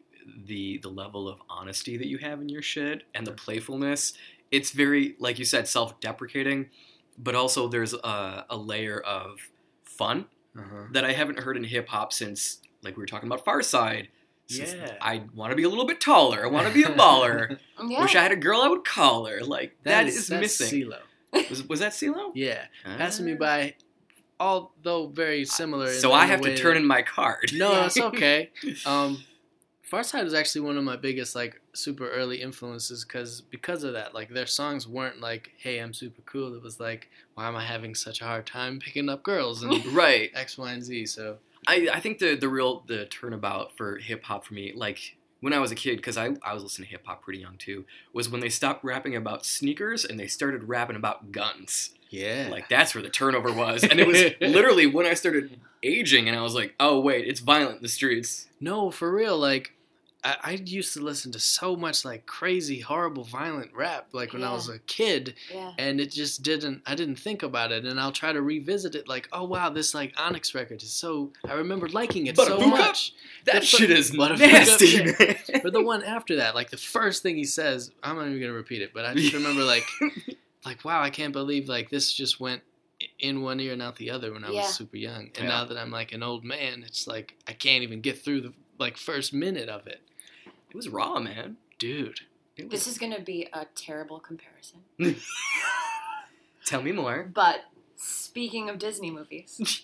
Speaker 2: the the level of honesty that you have in your shit and the playfulness, it's very like you said self-deprecating, but also there's a, a layer of fun
Speaker 4: Uh-huh.
Speaker 2: that I haven't heard in hip hop since like we were talking about Farside. Since
Speaker 4: Yeah.
Speaker 2: I want to be a little bit taller. I want to be a baller.
Speaker 3: Yeah.
Speaker 2: Wish I had a girl I would call her. Like that is,
Speaker 4: that's
Speaker 2: missing.
Speaker 4: CeeLo.
Speaker 2: Was, was that CeeLo?
Speaker 4: Yeah.
Speaker 2: Ah.
Speaker 4: Passing me
Speaker 3: Uh-huh.
Speaker 4: by, although very similar. in
Speaker 2: So I
Speaker 4: the
Speaker 2: have
Speaker 4: way
Speaker 2: to turn
Speaker 4: that-
Speaker 2: in my card.
Speaker 4: No, it's okay. Um, Farside was actually one of my biggest like super early influences because because of that, like their songs weren't like "Hey, I'm super cool." It was like, "Why am I having such a hard time picking up girls?" and
Speaker 2: right.
Speaker 4: X, Y, and Z. So
Speaker 2: I, I think the the real the turnabout for hip hop for me, like when I was a kid, because I, I was listening to hip hop pretty young too, was when they stopped rapping about sneakers and they started rapping about guns.
Speaker 4: yeah,
Speaker 2: Like that's where the turnover was, and it was literally when I started aging, and I was like, oh wait, it's violent in the streets.
Speaker 4: No, for real. Like, I, I used to listen to so much like crazy, horrible, violent rap. Like when I
Speaker 3: Yeah.
Speaker 4: was a kid,
Speaker 3: yeah.
Speaker 4: and it just didn't. I didn't think about it, and I'll try to revisit it. Like, oh wow, this like Onyx record is so. I remember liking it
Speaker 2: But
Speaker 4: so
Speaker 2: a book up?
Speaker 4: much.
Speaker 2: That
Speaker 4: That's
Speaker 2: shit
Speaker 4: what-
Speaker 2: is
Speaker 4: what a
Speaker 2: nasty.
Speaker 4: fuck
Speaker 2: man.
Speaker 4: But the one after that, like the first thing he says, I'm not even gonna repeat it. But I just remember like, like wow, I can't believe like this just went in one ear and out the other when I
Speaker 3: Yeah.
Speaker 4: was super young. And
Speaker 2: Yeah.
Speaker 4: now that I'm like an old man, it's like I can't even get through the like first minute of it,
Speaker 2: it was raw, man.
Speaker 4: dude.
Speaker 2: It
Speaker 3: This
Speaker 2: was.
Speaker 3: is going to be a terrible comparison.
Speaker 2: Tell me more.
Speaker 3: But speaking of Disney movies,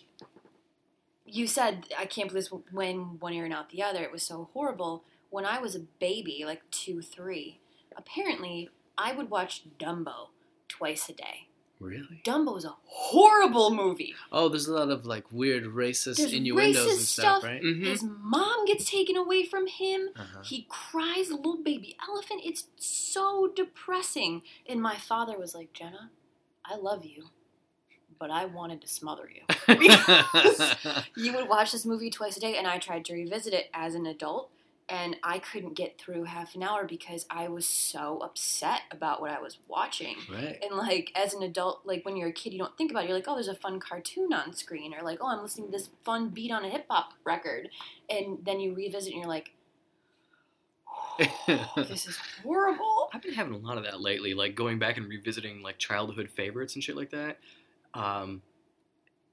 Speaker 3: you said I can't believe this when one ear and out the other. It was so horrible. When I was a baby, like two, three, apparently I would watch Dumbo twice a day.
Speaker 4: Really?
Speaker 3: Dumbo is a horrible movie.
Speaker 4: Oh, there's a lot of like weird racist
Speaker 3: There's
Speaker 4: innuendos
Speaker 3: racist
Speaker 4: and stuff,
Speaker 3: stuff.
Speaker 4: right?
Speaker 2: Mhm.
Speaker 3: His mom gets taken away from him.
Speaker 4: Uh-huh.
Speaker 3: He cries, a little baby elephant. It's so depressing. And my father was like, Jenna, I love you, but I wanted to smother you. you would watch this movie twice a day, and I tried to revisit it as an adult, and I couldn't get through half an hour because I was so upset about what I was watching.
Speaker 4: right.
Speaker 3: And like as an adult, like when you're a kid, you don't think about it. You're like, oh, there's a fun cartoon on screen, or like, oh, I'm listening to this fun beat on a hip hop record, and then you revisit, and you're like, "Oh, this is horrible.
Speaker 2: I've been having a lot of that lately, like going back and revisiting like childhood favorites and shit like that. Um,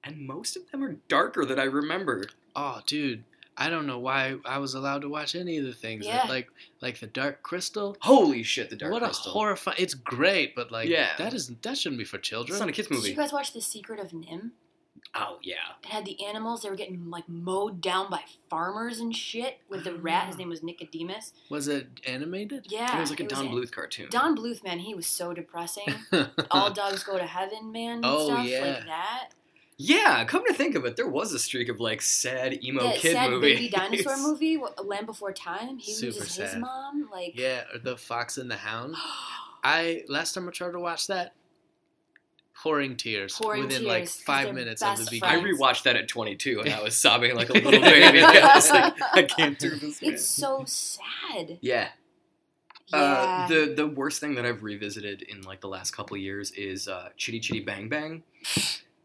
Speaker 2: and most of them are darker than I remember.
Speaker 4: oh, dude. I don't know why I was allowed to watch any of the things. that-
Speaker 3: Yeah.
Speaker 4: like like the Dark Crystal.
Speaker 2: Holy shit, the Dark
Speaker 4: what
Speaker 2: Crystal.
Speaker 4: a horrifying it's great, but like
Speaker 2: Yeah.
Speaker 4: that isn't that shouldn't be for children.
Speaker 2: It's not a kids
Speaker 3: Did you
Speaker 2: movie.
Speaker 3: guys watch The Secret of Nim?
Speaker 2: Oh yeah.
Speaker 3: It had the animals. They were getting like mowed down by farmers and shit. With the rat, his name was Nicodemus.
Speaker 4: Was it animated?
Speaker 3: Yeah,
Speaker 2: it was like a Don
Speaker 3: in-
Speaker 2: Bluth cartoon.
Speaker 3: Don Bluth, man, he was so depressing. All dogs go to heaven, man. and
Speaker 4: Oh,
Speaker 3: stuff
Speaker 4: yeah.
Speaker 3: like that.
Speaker 2: yeah, come to think of it, there was a streak of like sad emo
Speaker 3: that
Speaker 2: kid
Speaker 3: sad
Speaker 2: movie.
Speaker 3: baby dinosaur movie, what- Land Before Time. He
Speaker 4: Super
Speaker 3: loses his
Speaker 4: sad.
Speaker 3: mom. Like,
Speaker 4: yeah, or the Fox and the Hound. I last time I tried to watch that, pouring tears
Speaker 3: Pouring
Speaker 4: within
Speaker 3: tears,
Speaker 4: like
Speaker 3: 'cause
Speaker 4: five
Speaker 3: they're
Speaker 4: minutes of the
Speaker 3: best
Speaker 2: I
Speaker 4: beginning.
Speaker 3: friends.
Speaker 2: rewatched that at 22 and I was sobbing like a little baby. I was like, I can't do this. man.
Speaker 3: it's so sad.
Speaker 2: Yeah. Uh,
Speaker 3: Yeah.
Speaker 2: the the worst thing that I've revisited in like the last couple of years is uh, Chitty Chitty Bang Bang,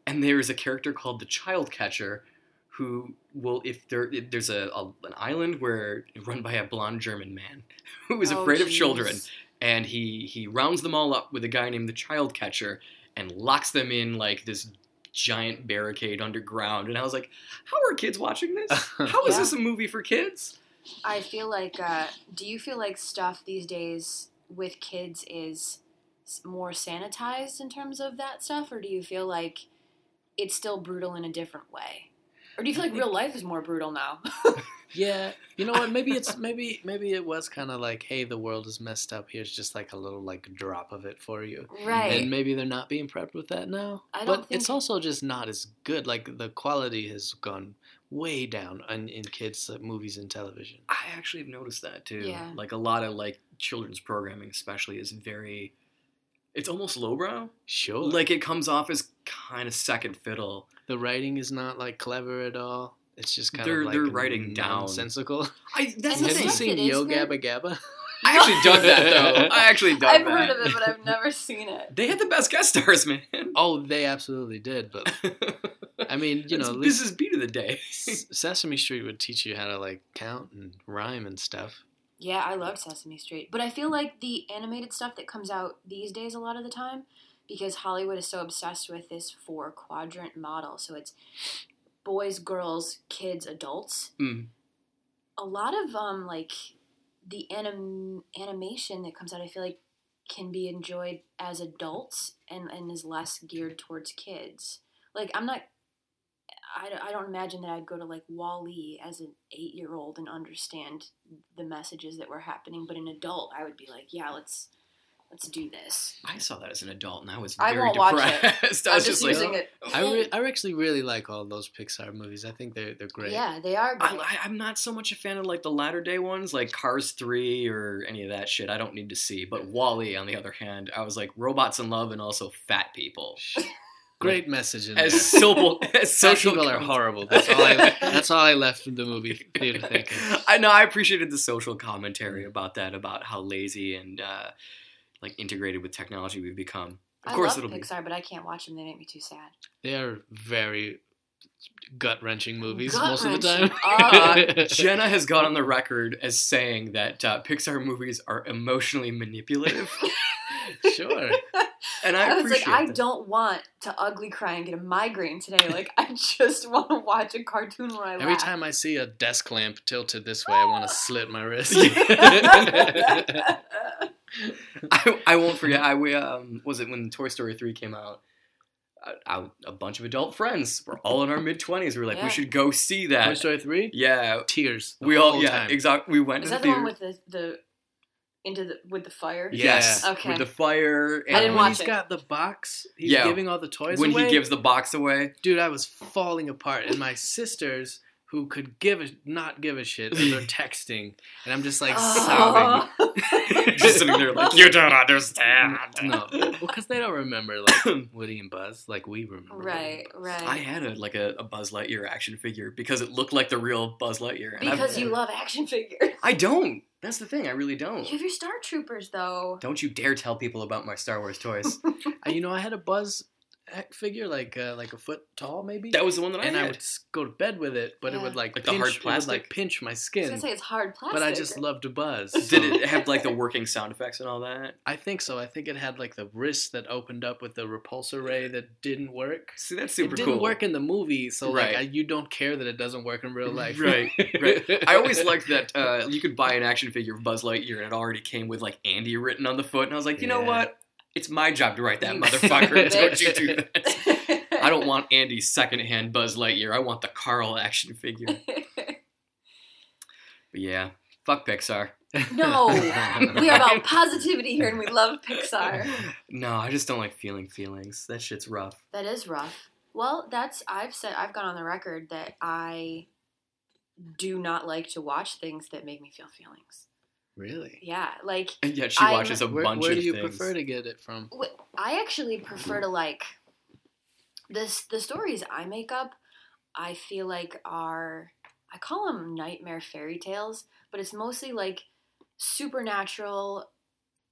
Speaker 2: and there is a character called the Child Catcher, who will if there if there's a, a an island where run by a blonde German man who is
Speaker 3: Oh,
Speaker 2: afraid of
Speaker 3: jeez.
Speaker 2: children, and he he rounds them all up with a guy named the Child Catcher and locks them in like this giant barricade underground. And I was like, how are kids watching this? How is
Speaker 3: Yeah.
Speaker 2: this a movie for kids?
Speaker 3: I feel like. Uh, do you feel like stuff these days with kids is s- more sanitized in terms of that stuff, or do you feel like it's still brutal in a different way? Or do you feel like real life is more brutal now?
Speaker 4: Yeah, you know what? Maybe it's maybe maybe it was kind of like, hey, the world is messed up. Here's just like a little like drop of it for you,
Speaker 3: right.
Speaker 4: and maybe they're not being prepped with that now.
Speaker 3: I don't
Speaker 4: but
Speaker 3: think-
Speaker 4: it's also just not as good. Like the quality has gone way down in, in kids' uh, movies and television.
Speaker 2: I actually have noticed that too.
Speaker 3: Yeah.
Speaker 2: Like a lot of like children's programming, especially, is very. It's almost lowbrow.
Speaker 4: Sure,
Speaker 2: Like it comes off as kind of second fiddle.
Speaker 4: the writing is not like clever at all. It's just kind
Speaker 2: They're-
Speaker 4: of like
Speaker 2: they're writing down.
Speaker 4: nonsensical.
Speaker 2: I that's
Speaker 3: And
Speaker 2: the
Speaker 4: Have you
Speaker 2: thing.
Speaker 3: it's-
Speaker 4: seen
Speaker 3: Yes, it
Speaker 4: Yo
Speaker 3: is, man.
Speaker 4: Gabba Gabba?
Speaker 2: I actually dug that though. I actually dug
Speaker 3: I've
Speaker 2: that.
Speaker 3: heard of it, but I've never seen it.
Speaker 2: They had the best guest stars, man.
Speaker 4: Oh, they absolutely did. But I mean, you know, at least
Speaker 2: this is beat of the day.
Speaker 4: S- Sesame Street would teach you how to like count and rhyme and stuff.
Speaker 3: Yeah, I love Sesame Street, but I feel like the animated stuff that comes out these days a lot of the time because Hollywood is so obsessed with this four quadrant model. So it's boys, girls, kids, adults.
Speaker 2: Mm.
Speaker 3: A lot of um like the anim- animation that comes out I feel like can be enjoyed as adults and and is less geared towards kids. Like I'm not I don't, I don't imagine that I'd go to like Wally as an eight year old and understand the messages that were happening. But an adult, I would be like, yeah, let's let's do this.
Speaker 2: I saw that as an adult, and I was
Speaker 3: I
Speaker 2: very
Speaker 3: won't watch it.
Speaker 2: depressed. I
Speaker 3: I'm
Speaker 2: was just
Speaker 3: just
Speaker 2: like, "Oh,
Speaker 3: using it.
Speaker 4: I, re- I actually really like all those Pixar movies. I think they're they're great.
Speaker 3: Yeah, they are great.
Speaker 2: I, I- I'm not so much a fan of like the latter day ones, like Cars Three or any of that shit. I don't need to see. But Wally, on the other hand, I was like robots in love and also fat people.
Speaker 4: Great message in there.
Speaker 2: As social, as
Speaker 4: Some
Speaker 2: social
Speaker 4: people are
Speaker 2: com-
Speaker 4: horrible. That's all I that's all I left from the movie theater thinking.
Speaker 2: I know. I appreciated the social
Speaker 3: Mm.
Speaker 2: commentary about that, about how lazy and uh, like integrated with technology we've become. Of
Speaker 3: I
Speaker 2: course,
Speaker 3: love
Speaker 2: it'll be.
Speaker 3: Pixar, but I can't watch them. They make me too sad.
Speaker 4: They are very gut wrenching movies most of the
Speaker 3: Gut-wrenching. Ah.
Speaker 4: time.
Speaker 2: Uh, Jenna has gone on the record as saying that uh, Pixar movies are emotionally manipulative,
Speaker 4: sure.
Speaker 2: and I,
Speaker 3: I was
Speaker 2: appreciate
Speaker 3: like, I
Speaker 2: that.
Speaker 3: don't want to ugly cry and get a migraine today. Like, I just want to watch a cartoon where I
Speaker 4: Every
Speaker 3: laugh.
Speaker 4: time I see a desk lamp tilted this way, I want to slit my wrist.
Speaker 2: I, I won't forget. I we um was it when Toy Story three came out? I, I, a bunch of adult friends. We're all in our mid twenties. We were like,
Speaker 3: Yeah.
Speaker 2: we should go see
Speaker 4: Toy
Speaker 2: that.
Speaker 4: Story three.
Speaker 2: Yeah,
Speaker 4: Tears. the
Speaker 2: we all
Speaker 4: whole
Speaker 2: yeah
Speaker 4: time.
Speaker 2: exactly. We went
Speaker 3: Is
Speaker 2: to the
Speaker 3: that the
Speaker 2: theater.
Speaker 3: one with the the into the with the fire?
Speaker 4: Yeah.
Speaker 2: yes,
Speaker 3: Okay.
Speaker 2: with the fire. And
Speaker 3: I didn't
Speaker 4: when
Speaker 3: watch
Speaker 4: he's
Speaker 3: it.
Speaker 4: got the box, he's
Speaker 2: Yeah.
Speaker 4: giving all the toys
Speaker 2: when
Speaker 4: away.
Speaker 2: he gives the box away.
Speaker 4: dude, I was falling apart, and my sisters who could give a not give a shit, and they're texting, and I'm just like
Speaker 3: Oh.
Speaker 4: sobbing.
Speaker 2: Just sitting there like you don't understand.
Speaker 4: No, well, because they don't remember like Woody and Buzz like we remember. Woody and
Speaker 3: Right,
Speaker 4: Buzz.
Speaker 3: right.
Speaker 2: I had a like a, a Buzz Lightyear action figure because it looked like the real Buzz Lightyear. and I've-
Speaker 3: Because you love action figures.
Speaker 2: I don't. That's the thing. I really don't.
Speaker 3: You have your Star Troopers though.
Speaker 2: Don't you dare tell people about my Star Wars toys.
Speaker 4: I, you know, I had a Buzz act figure like uh, like a foot tall maybe.
Speaker 2: that was the one that I
Speaker 4: and I
Speaker 2: had.
Speaker 4: would s- go to bed with it, but it
Speaker 3: Yeah.
Speaker 4: would like,
Speaker 2: Like the
Speaker 4: pinch,
Speaker 2: hard
Speaker 4: it would, like
Speaker 2: plastic?
Speaker 4: pinch my
Speaker 3: I was
Speaker 4: skin.
Speaker 3: gonna say it's hard plastic.
Speaker 4: But I just loved to buzz. so-
Speaker 2: Did it have like the working sound effects and all that?
Speaker 4: I think so. I think it had like the wrist that opened up with the repulsor ray that didn't work.
Speaker 2: See, that's super
Speaker 4: it didn't
Speaker 2: cool.
Speaker 4: work in the movie, so like
Speaker 2: Right.
Speaker 4: I, you don't care that it doesn't work in real life.
Speaker 2: Right, right. I always liked that uh, you could buy an action figure of Buzz Lightyear and it already came with like Andy written on the foot, and I was like, you know
Speaker 4: Yeah.
Speaker 2: what? It's my job to write that
Speaker 3: You
Speaker 2: motherfucker. don't you do
Speaker 4: bitch.
Speaker 2: that. I don't want Andy's secondhand Buzz Lightyear. I want the Carl action figure. But yeah, fuck Pixar.
Speaker 3: no,
Speaker 4: Oh,
Speaker 3: we are about positivity here, and we love Pixar.
Speaker 2: No, I just don't like feeling feelings. That shit's rough.
Speaker 3: That is rough. Well, that's I've said I've gone on the record that I do not like to watch things that make me feel feelings.
Speaker 4: Really?
Speaker 3: Yeah, like
Speaker 2: And yet she
Speaker 3: I'm-
Speaker 2: watches a
Speaker 4: Where,
Speaker 2: bunch
Speaker 4: where
Speaker 2: of
Speaker 4: do you
Speaker 2: things.
Speaker 4: prefer to get it from?
Speaker 3: Wh- I actually prefer to like this the stories I make up. I feel like are I call them nightmare fairy tales, but it's mostly like supernatural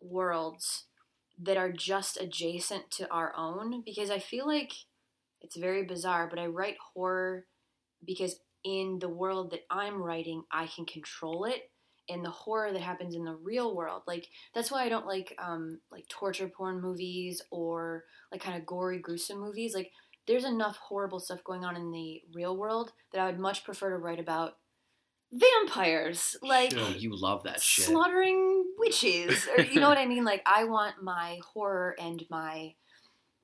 Speaker 3: worlds that are just adjacent to our own because I feel like it's very bizarre, but I write horror because in the world that I'm writing, I can control it and the horror that happens in the real world. Like that's why I don't like um like torture porn movies or like kind of gory gruesome movies. Like there's enough horrible stuff going on in the real world that I would much prefer to write about vampires. Like
Speaker 2: Oh, you love that shit.
Speaker 3: slaughtering witches or you know what i mean like i want my horror and my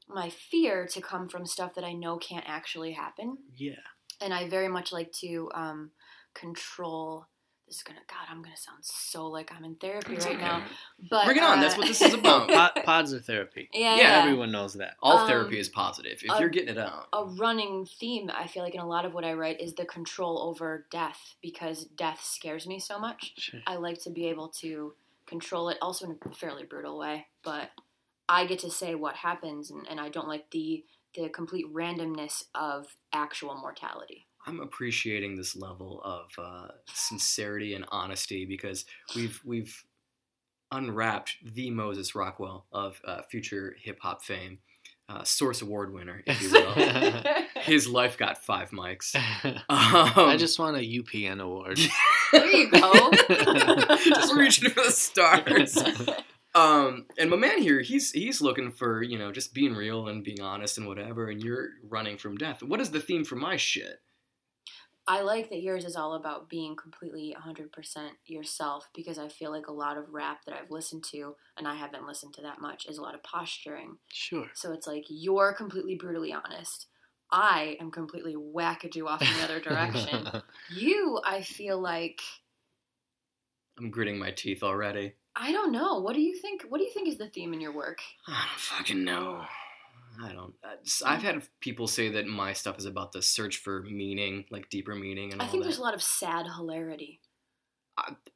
Speaker 3: my fear to come from stuff that i know can't actually happen
Speaker 4: Yeah.
Speaker 3: and I very much like to um, control. This is gonna, God, I'm gonna sound so like I'm in therapy
Speaker 2: It's
Speaker 3: right
Speaker 2: okay.
Speaker 3: now. But
Speaker 2: Bring it on,
Speaker 3: uh,
Speaker 2: that's what this is about.
Speaker 3: yeah,
Speaker 4: Po- pods are therapy.
Speaker 2: Yeah.
Speaker 3: yeah.
Speaker 4: Everyone knows that.
Speaker 2: All
Speaker 3: Um,
Speaker 2: therapy is positive if
Speaker 3: uh,
Speaker 4: um,
Speaker 2: you're getting it out.
Speaker 3: A running theme I feel like in a lot of what I write is the control over death because death scares me so much.
Speaker 4: Sure.
Speaker 3: I like to be able to control it, also in a fairly brutal way. But I get to say what happens, and, and I don't like the the complete randomness of actual mortality.
Speaker 2: I'm appreciating this level of uh, sincerity and honesty because we've we've unwrapped the Moses Rockwell of uh, future hip hop fame, uh, Source Award winner, if you will.
Speaker 3: there
Speaker 2: His life got five mics.
Speaker 4: I
Speaker 2: Um,
Speaker 4: just want a UPN award.
Speaker 3: you go.
Speaker 2: just reaching for the stars. Um, and my man here, he's he's looking for you know just being real and being honest and whatever. And you're running from death. What is the theme for my shit?
Speaker 3: I like that yours is all about being completely 100% yourself because I feel like a lot of rap that I've listened to, and I haven't listened to that much, is a lot of posturing.
Speaker 4: sure.
Speaker 3: So it's like you're completely brutally honest. I am completely wackadoo off in the other direction. you, I feel like
Speaker 2: I'm gritting my teeth already.
Speaker 3: I don't know. What do you think? What do you think is the theme in your work?
Speaker 2: I don't fucking know. I don't. that's- I've had people say that my stuff is about the search for meaning, like deeper meaning, and
Speaker 3: I
Speaker 2: all
Speaker 3: think
Speaker 2: that.
Speaker 3: there's a lot of sad hilarity.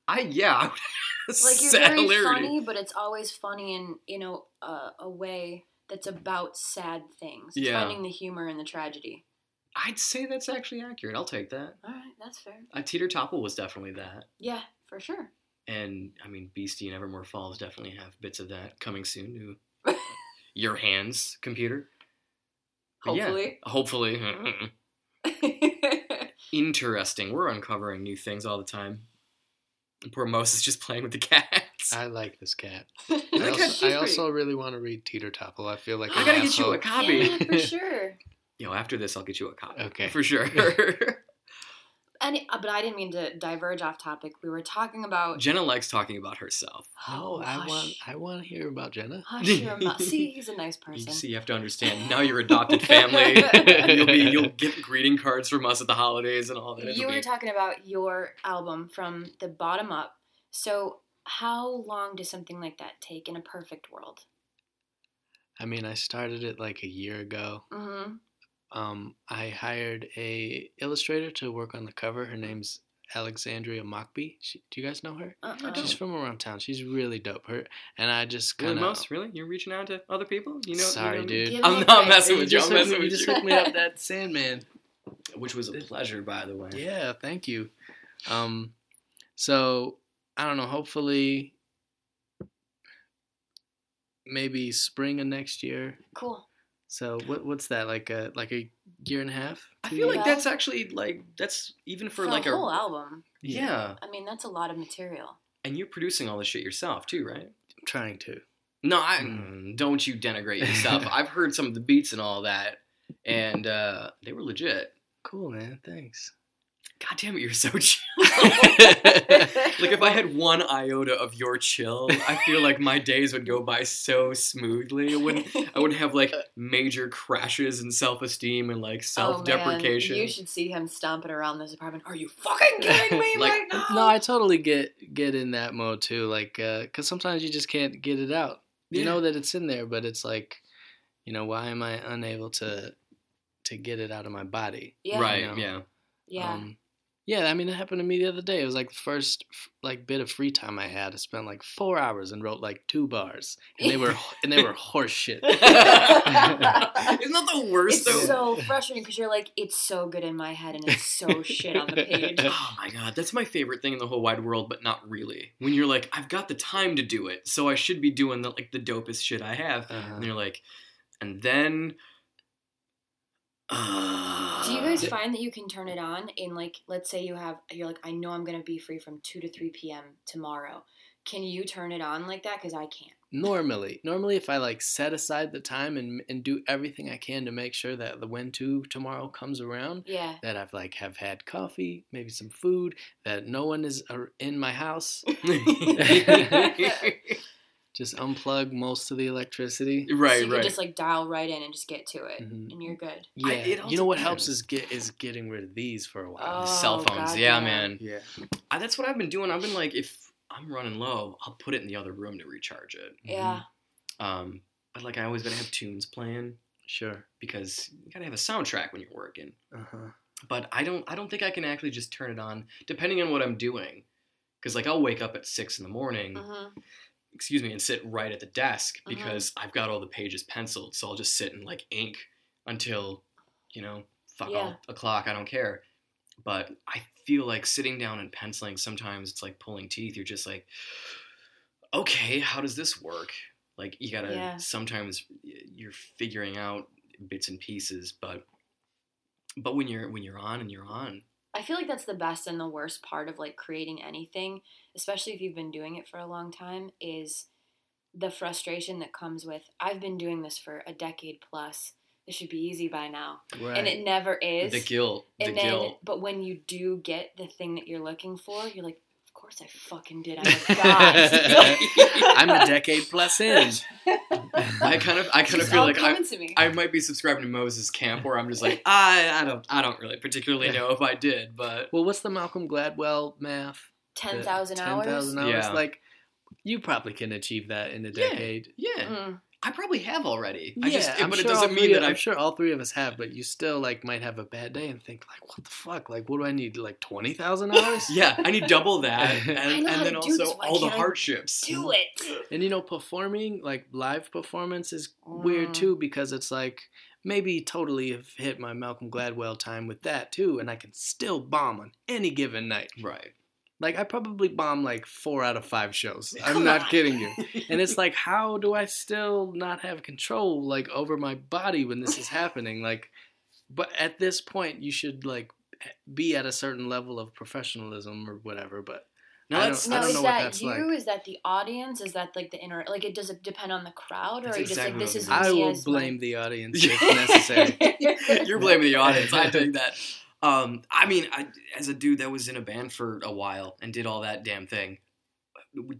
Speaker 2: I yeah.
Speaker 3: Like you're
Speaker 2: Sad
Speaker 3: very
Speaker 2: hilarity.
Speaker 3: funny, but it's always funny in you know a, a way that's about sad things. It's
Speaker 2: Yeah.
Speaker 3: finding the humor in the tragedy.
Speaker 2: I'd say that's actually accurate. I'll take that.
Speaker 3: All right, that's fair.
Speaker 2: Uh, Teeter Topple was definitely that,
Speaker 3: Yeah, for sure.
Speaker 2: and I mean Beastie and Evermore Falls definitely have bits of that coming soon to your hands, computer. But yeah,
Speaker 3: Hopefully.
Speaker 2: hopefully. Interesting. We're uncovering new things all the time. Poor Moses just playing with the cats.
Speaker 4: I like this cat.
Speaker 2: The
Speaker 4: I
Speaker 2: cat, she's
Speaker 4: also, I
Speaker 2: pretty-
Speaker 4: also really want to read Teeter Topple. I feel like
Speaker 2: I
Speaker 4: an
Speaker 2: gotta get you
Speaker 4: asshole.
Speaker 2: a copy.
Speaker 3: Yeah, for sure.
Speaker 2: Yo, after this, I'll get you a copy.
Speaker 4: Okay.
Speaker 2: For sure.
Speaker 3: And uh, but I didn't mean to diverge off topic. We were talking about Oh,
Speaker 2: Jenna likes talking about herself.
Speaker 4: No, Oh, I
Speaker 3: Hush.
Speaker 4: want. I want to hear about Jenna.
Speaker 3: Hush your mouth. See, he's a nice person.
Speaker 2: You see, you have to understand. Now you're adopted family. you'll be you'll get greeting cards from us at the holidays and all that. It'll
Speaker 3: you
Speaker 2: be-
Speaker 3: were talking about your album from the bottom up. So how long does something like that take in a perfect world?
Speaker 4: I mean, I started it like a year ago.
Speaker 3: Mm-hmm.
Speaker 4: Um, I hired a illustrator to work on the cover. Her name's Alexandria Mockbee. She, do you guys know her?
Speaker 3: Uh-uh.
Speaker 2: don't.
Speaker 4: She's from around town. She's really dope. Her and I just
Speaker 2: really,
Speaker 4: kind of.
Speaker 2: Mouse, really? You're reaching out to other people? You know, you
Speaker 4: Sorry,
Speaker 2: know-
Speaker 4: dude.
Speaker 3: Give me
Speaker 2: I'm
Speaker 3: a
Speaker 2: not
Speaker 3: break.
Speaker 2: messing
Speaker 4: Hey,
Speaker 2: with you.
Speaker 4: just
Speaker 2: I'm
Speaker 4: hooked
Speaker 2: messing
Speaker 4: me-
Speaker 2: with
Speaker 4: just
Speaker 2: you.
Speaker 4: hooked me up that Sandman.
Speaker 2: Which was a pleasure, by the way.
Speaker 4: Yeah, thank you. Um, so I don't know. Hopefully, maybe spring of next year.
Speaker 3: Cool.
Speaker 4: So what what's that like a like a year and a half?
Speaker 2: I
Speaker 4: Two
Speaker 2: feel like
Speaker 4: years?
Speaker 2: that's actually like that's even for,
Speaker 3: For,
Speaker 2: like
Speaker 3: a whole
Speaker 2: a
Speaker 3: album.
Speaker 2: yeah.
Speaker 3: I mean, that's a lot of material.
Speaker 2: And you're producing all this shit yourself too, right?
Speaker 4: I'm trying to.
Speaker 2: No, I
Speaker 4: Mm.
Speaker 2: don't. You denigrate yourself. I've heard some of the beats and all that, and uh, they were legit.
Speaker 4: Cool man, thanks.
Speaker 2: God damn it, you're so chill. like if I had one iota of your chill, I feel like my days would go by so smoothly. I wouldn't. I wouldn't have like major crashes in self-esteem and like self-deprecation.
Speaker 3: Oh, man. Oh, You should see him stomping around this apartment. Are you fucking kidding me
Speaker 2: Like-
Speaker 3: right now?
Speaker 4: No, I totally get get in that mode too. Like, uh 'cause sometimes you just can't get it out. You
Speaker 2: Yeah.
Speaker 4: know that it's in there, but it's like, you know, why am I unable to to get it out of my body?
Speaker 3: yeah,
Speaker 2: right?
Speaker 4: No.
Speaker 2: Yeah.
Speaker 3: Yeah.
Speaker 4: Um, yeah, I mean, it happened to me the other day. It was like the first f- like bit of free time I had. I spent like four hours and wrote like two bars, and they were and they were horseshit. Uh-huh.
Speaker 2: Isn't that the worst
Speaker 3: it's
Speaker 2: though?
Speaker 3: so, frustrating because you're like, it's so good in my head and it's so shit on the page.
Speaker 2: Oh my god, that's my favorite thing in the whole wide world, but not really. When you're like, I've got the time to do it, so I should be doing the like the dopest shit I have.
Speaker 4: Uh-huh.
Speaker 2: And you're like, and then uh,
Speaker 3: Do you guys find that you can turn it on in like, let's say you have, you're like, I know I'm gonna be free from two to three p.m. tomorrow. Can you turn it on like that? Because I can't.
Speaker 4: normally normally if i like set aside the time and and do everything i can to make sure that the when to tomorrow comes around
Speaker 3: Yeah.
Speaker 4: that i've like have had coffee maybe some food that no one is ar- in my house Just unplug most of the electricity.
Speaker 3: so
Speaker 2: Right,
Speaker 3: you
Speaker 2: right.
Speaker 3: can just like dial right in and just get to it,
Speaker 4: Mhm.
Speaker 3: and you're good.
Speaker 4: Yeah,
Speaker 2: I- it
Speaker 4: you
Speaker 2: also
Speaker 4: know what
Speaker 2: depends.
Speaker 4: helps is get is getting rid of these for a while.
Speaker 3: Oh,
Speaker 2: Cell phones,
Speaker 3: God,
Speaker 2: yeah,
Speaker 3: yeah.
Speaker 2: man.
Speaker 4: yeah,
Speaker 2: I, that's what I've been doing. I've been like, if I'm running low, I'll put it in the other room to recharge it.
Speaker 3: Yeah,
Speaker 2: Um, but like, I always gotta have tunes playing
Speaker 4: sure.
Speaker 2: because you gotta have a soundtrack when you're working.
Speaker 4: Uh huh.
Speaker 2: But I don't, I don't think I can actually just turn it on depending on what I'm doing. Because like, I'll wake up at six in the morning,
Speaker 3: Mhm.
Speaker 2: excuse me, and sit right at the desk
Speaker 3: Mhm.
Speaker 2: because I've got all the pages penciled. So I'll just sit and like ink until, you know, fuck
Speaker 3: Yeah.
Speaker 2: all o'clock. I don't care. But I feel like sitting down and penciling sometimes it's like pulling teeth. You're just like, okay, how does this work? Like you gotta
Speaker 3: Yeah.
Speaker 2: sometimes y- you're figuring out bits and pieces, but but when you're when you're on and you're on,
Speaker 3: I feel like that's the best and the worst part of like creating anything, especially if you've been doing it for a long time, is the frustration that comes with I've been doing this for a decade plus. This should be easy by now,
Speaker 4: Right.
Speaker 3: and it never is.
Speaker 2: the guilt, the
Speaker 3: and then,
Speaker 2: guilt.
Speaker 3: but when you do get the thing that you're looking for, you're like, of course I fucking did. I'm a god.
Speaker 4: I'm a decade plus in.
Speaker 2: I kind of I kind of
Speaker 3: It's
Speaker 2: feel
Speaker 3: all
Speaker 2: like I,
Speaker 3: coming to me.
Speaker 2: I might be subscribing to Moses Camp, where I'm just like, I, I don't, I don't really particularly know if I did, but
Speaker 4: well, what's the Malcolm Gladwell math?
Speaker 3: ten thousand
Speaker 4: The
Speaker 3: hours.
Speaker 4: 10,000 hours.
Speaker 2: Yeah.
Speaker 4: Like, you probably can achieve that in a
Speaker 2: Yeah.
Speaker 4: decade.
Speaker 2: yeah,
Speaker 3: Mm.
Speaker 2: I probably have already. I just,
Speaker 4: I'm
Speaker 2: but it
Speaker 4: sure all
Speaker 2: doesn't mean
Speaker 4: three-
Speaker 2: that
Speaker 4: I'm
Speaker 2: I've.
Speaker 4: sure all three of us have, but you still like might have a bad day and think like, what the fuck? Like, what do I need? Like twenty thousand hours?
Speaker 2: Yeah, I need double that, and,
Speaker 4: I
Speaker 2: and
Speaker 3: know how
Speaker 2: then
Speaker 3: to do
Speaker 2: also
Speaker 3: this, why
Speaker 2: all the
Speaker 3: can't I
Speaker 2: hardships.
Speaker 3: Do it.
Speaker 4: And you know, performing like live performance is weird
Speaker 3: Mm.
Speaker 4: too because it's like maybe totally have hit my Malcolm Gladwell time with that too, and I can still bomb on any given night.
Speaker 2: Right.
Speaker 4: Like I probably bomb like four out of five shows. I'm
Speaker 3: Come
Speaker 4: not
Speaker 3: on.
Speaker 4: kidding you. And it's like, how do I still not have control like over my body when this is happening? Like, but at this point, you should like be at a certain level of professionalism or whatever. But
Speaker 2: No,
Speaker 4: I
Speaker 2: that's,
Speaker 4: don't- I
Speaker 3: Now,
Speaker 2: that's
Speaker 3: is
Speaker 4: know what
Speaker 3: that
Speaker 4: that's
Speaker 3: you?
Speaker 4: like.
Speaker 3: Is that the audience? Is that like the inner? Like, it does it depend on the crowd, or
Speaker 2: That's
Speaker 3: are you
Speaker 2: exactly
Speaker 3: just like this is?
Speaker 2: what
Speaker 4: I
Speaker 3: easy
Speaker 4: will
Speaker 3: as
Speaker 4: blame the audience if
Speaker 3: my-
Speaker 4: necessary.
Speaker 2: you're blaming the audience. I take that. Um, I mean, I, as a dude that was in a band for a while and did all that damn thing,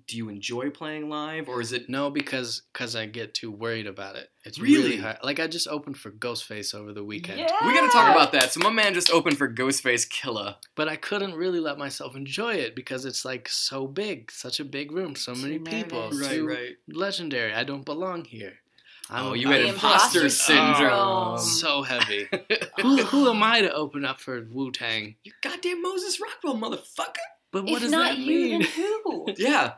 Speaker 2: do you enjoy playing live, or is it?
Speaker 4: No, because because I get too worried about it. It's
Speaker 2: Really?
Speaker 4: really, hard. Like I just opened for Ghostface over the weekend,
Speaker 3: Yeah.
Speaker 2: We got to talk about that. So my man just opened for Ghostface Killa.
Speaker 4: but I couldn't really let myself enjoy it because it's like so big, such a big room, so
Speaker 3: Too
Speaker 4: many people,
Speaker 3: nervous.
Speaker 4: too
Speaker 2: right.
Speaker 4: legendary. I don't belong here. I'm
Speaker 2: Oh,
Speaker 4: a-
Speaker 2: you had
Speaker 4: I'm
Speaker 2: imposter
Speaker 3: imposter Oh.
Speaker 2: syndrome.
Speaker 3: syndrome.
Speaker 4: so heavy. who, who am I to open up for Wu Tang?
Speaker 2: You goddamn Moses Rockwell, motherfucker.
Speaker 4: But what
Speaker 3: If
Speaker 4: does
Speaker 3: not
Speaker 4: that
Speaker 3: you,
Speaker 4: mean?
Speaker 3: then who?
Speaker 2: Yeah.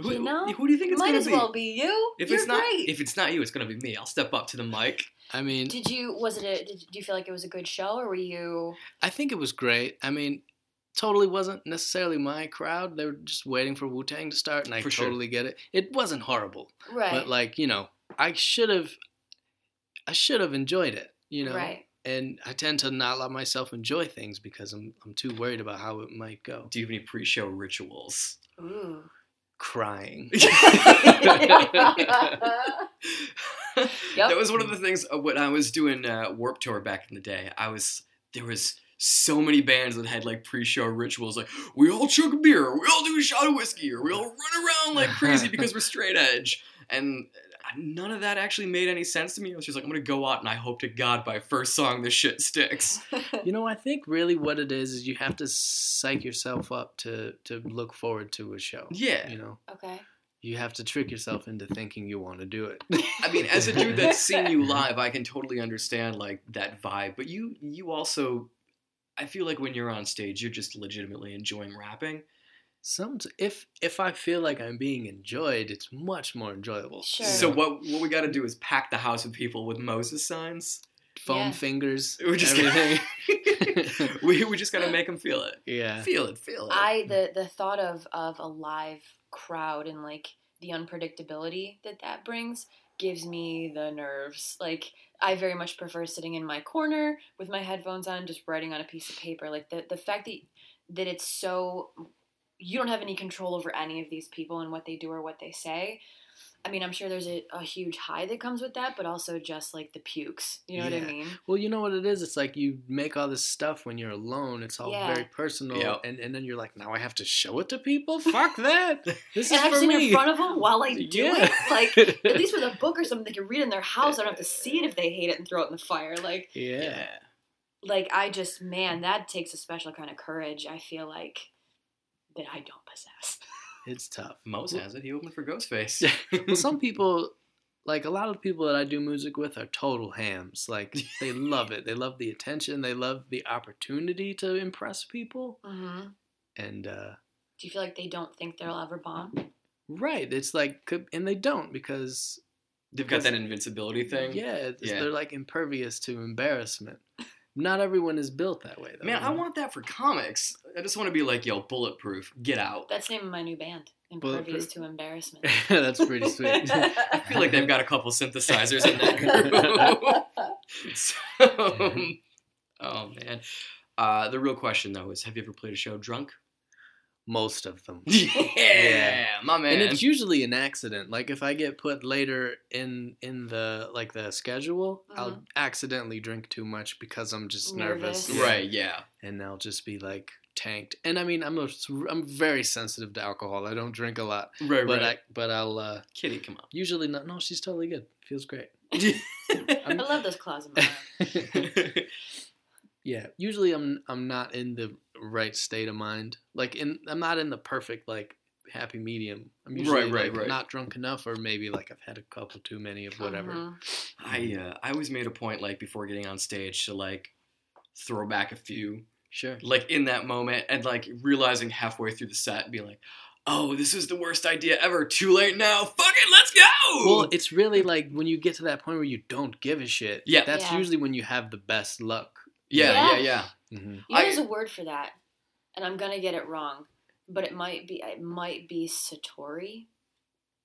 Speaker 2: Who,
Speaker 3: You know?
Speaker 2: who do you think it's
Speaker 3: Might
Speaker 2: gonna
Speaker 3: as
Speaker 2: be?
Speaker 3: well be you.
Speaker 2: If
Speaker 3: you're
Speaker 2: it's not,
Speaker 3: great.
Speaker 2: if it's not you, it's gonna be me. I'll step up to the mic.
Speaker 4: I mean,
Speaker 3: did you? Was it a? Did do you feel like it was a good show, or were you?
Speaker 4: I think it was great. I mean, totally wasn't necessarily my crowd. They were just waiting for Wu Tang to start, and I
Speaker 2: For sure.
Speaker 4: totally get it. It wasn't horrible,
Speaker 3: Right.
Speaker 4: but like you know, I should have, I should have enjoyed it. You know,
Speaker 3: Right.
Speaker 4: and I tend to not let myself enjoy things because I'm I'm too worried about how it might go.
Speaker 2: Do you have any pre-show rituals?
Speaker 3: Ooh.
Speaker 4: Crying.
Speaker 2: that
Speaker 3: Yep.
Speaker 2: was one of the things uh, when I was doing uh, Warp Tour back in the day. I was there was so many bands that had like pre-show rituals, like we all chug a beer, we all do a shot of whiskey, or we all run around like crazy because we're straight edge. And uh, none of that actually made any sense to me. I was just like, I'm gonna go out and I hope to God by first song this shit sticks.
Speaker 4: You know, I think really what it is is you have to psych yourself up to to look forward to a show.
Speaker 2: Yeah.
Speaker 4: You know,
Speaker 3: okay.
Speaker 4: you have to trick yourself into thinking you want to do it.
Speaker 2: I mean, as a dude that's seen you live, I can totally understand like that vibe. But you, you also, I feel like when you're on stage, you're just legitimately enjoying rapping.
Speaker 4: Some if if I feel like I'm being enjoyed, it's much more enjoyable.
Speaker 3: Sure.
Speaker 2: So what what we got to do is pack the house with people with Moses signs.
Speaker 4: foam
Speaker 3: Yeah.
Speaker 4: fingers,
Speaker 2: We're just
Speaker 4: everything.
Speaker 2: we we just got to make them feel it,
Speaker 4: yeah.
Speaker 2: feel it, feel it.
Speaker 3: I the the thought of of a live crowd and like the unpredictability that that brings gives me the nerves. Like I very much prefer sitting in my corner with my headphones on, just writing on a piece of paper. Like the the fact that that it's so you don't have any control over any of these people and what they do or what they say. I mean, I'm sure there's a, a huge high that comes with that, but also just like the pukes. You know
Speaker 4: Yeah.
Speaker 3: what I mean?
Speaker 4: Well, you know what it is? It's like you make all this stuff when you're alone. It's all
Speaker 3: Yeah.
Speaker 4: very personal.
Speaker 2: Yep.
Speaker 4: And, and then you're like, now I have to show it to people? Fuck that. This
Speaker 3: and
Speaker 4: is
Speaker 3: I'm
Speaker 4: for
Speaker 3: sitting
Speaker 4: me.
Speaker 3: in front of them while I do
Speaker 4: Yeah.
Speaker 3: it. Like, at least with a book or something, they can read it in their house. I don't have to see it if they hate it and throw it in the fire. Like,
Speaker 4: yeah.
Speaker 2: Yeah.
Speaker 3: like I just, man, that takes a special kind of courage. I feel like that I don't possess.
Speaker 4: It's tough.
Speaker 2: Mose has it. He opened for Ghostface.
Speaker 4: Well, some people, like a lot of people that I do music with, are total hams. Like, they love it. They love the attention. They love the opportunity to impress people.
Speaker 3: Mm-hmm.
Speaker 4: And, uh,
Speaker 3: Do you feel like they don't think they'll ever bomb?
Speaker 4: right. It's like, could- and they don't because,
Speaker 2: They've got that invincibility thing.
Speaker 4: yeah, it's-
Speaker 2: Yeah.
Speaker 4: they're like impervious to embarrassment. Not everyone is built that way, though.
Speaker 2: Man, I
Speaker 4: you know?
Speaker 2: want that for comics. I just want to be like, yo, bulletproof. Get out.
Speaker 3: That's the name of my new band, Impervious
Speaker 4: Bulletproof?
Speaker 3: to Embarrassment.
Speaker 4: That's pretty sweet.
Speaker 2: I feel like they've got a couple synthesizers in that group. so, oh man. Uh, the real question though is, have you ever played a show drunk?
Speaker 4: Most of them.
Speaker 2: Yeah, my man.
Speaker 4: And it's usually an accident. Like if I get put later in in the like the schedule, I'll accidentally drink too much because I'm just Uh-huh. nervous.
Speaker 3: Nervous.
Speaker 4: Yeah.
Speaker 2: right, yeah.
Speaker 4: And I'll just be like tanked. And I mean, I'm a, I'm very sensitive to alcohol. I don't drink a lot,
Speaker 2: Right,
Speaker 4: but
Speaker 2: right.
Speaker 4: I but I'll uh,
Speaker 2: Kitty, come on.
Speaker 4: usually not. No, she's totally good. Feels great.
Speaker 3: I love those claws in my arm.
Speaker 4: Yeah, usually I'm I'm not in the right state of mind. Like in I'm not in the perfect like happy medium. I'm
Speaker 2: Right,
Speaker 4: usually
Speaker 2: right,
Speaker 4: like,
Speaker 2: right.
Speaker 4: not drunk enough or maybe like I've had a couple too many of whatever.
Speaker 3: Mhm.
Speaker 2: I uh, I always made a point like before getting on stage to like throw back a few
Speaker 4: Sure.
Speaker 2: like in that moment and like realizing halfway through the set being like, oh, this is the worst idea ever. Too late now. Fuck it, let's go.
Speaker 4: Well, it's really like when you get to that point where you don't give a shit.
Speaker 2: Yeah.
Speaker 4: That's
Speaker 3: Yeah.
Speaker 4: usually when you have the best luck.
Speaker 2: yeah, yeah,
Speaker 3: Yeah.
Speaker 2: yeah.
Speaker 4: Mhm.
Speaker 3: You know,
Speaker 2: I-
Speaker 3: there's a word for that, and I'm gonna get it wrong, but it might be it might be satori.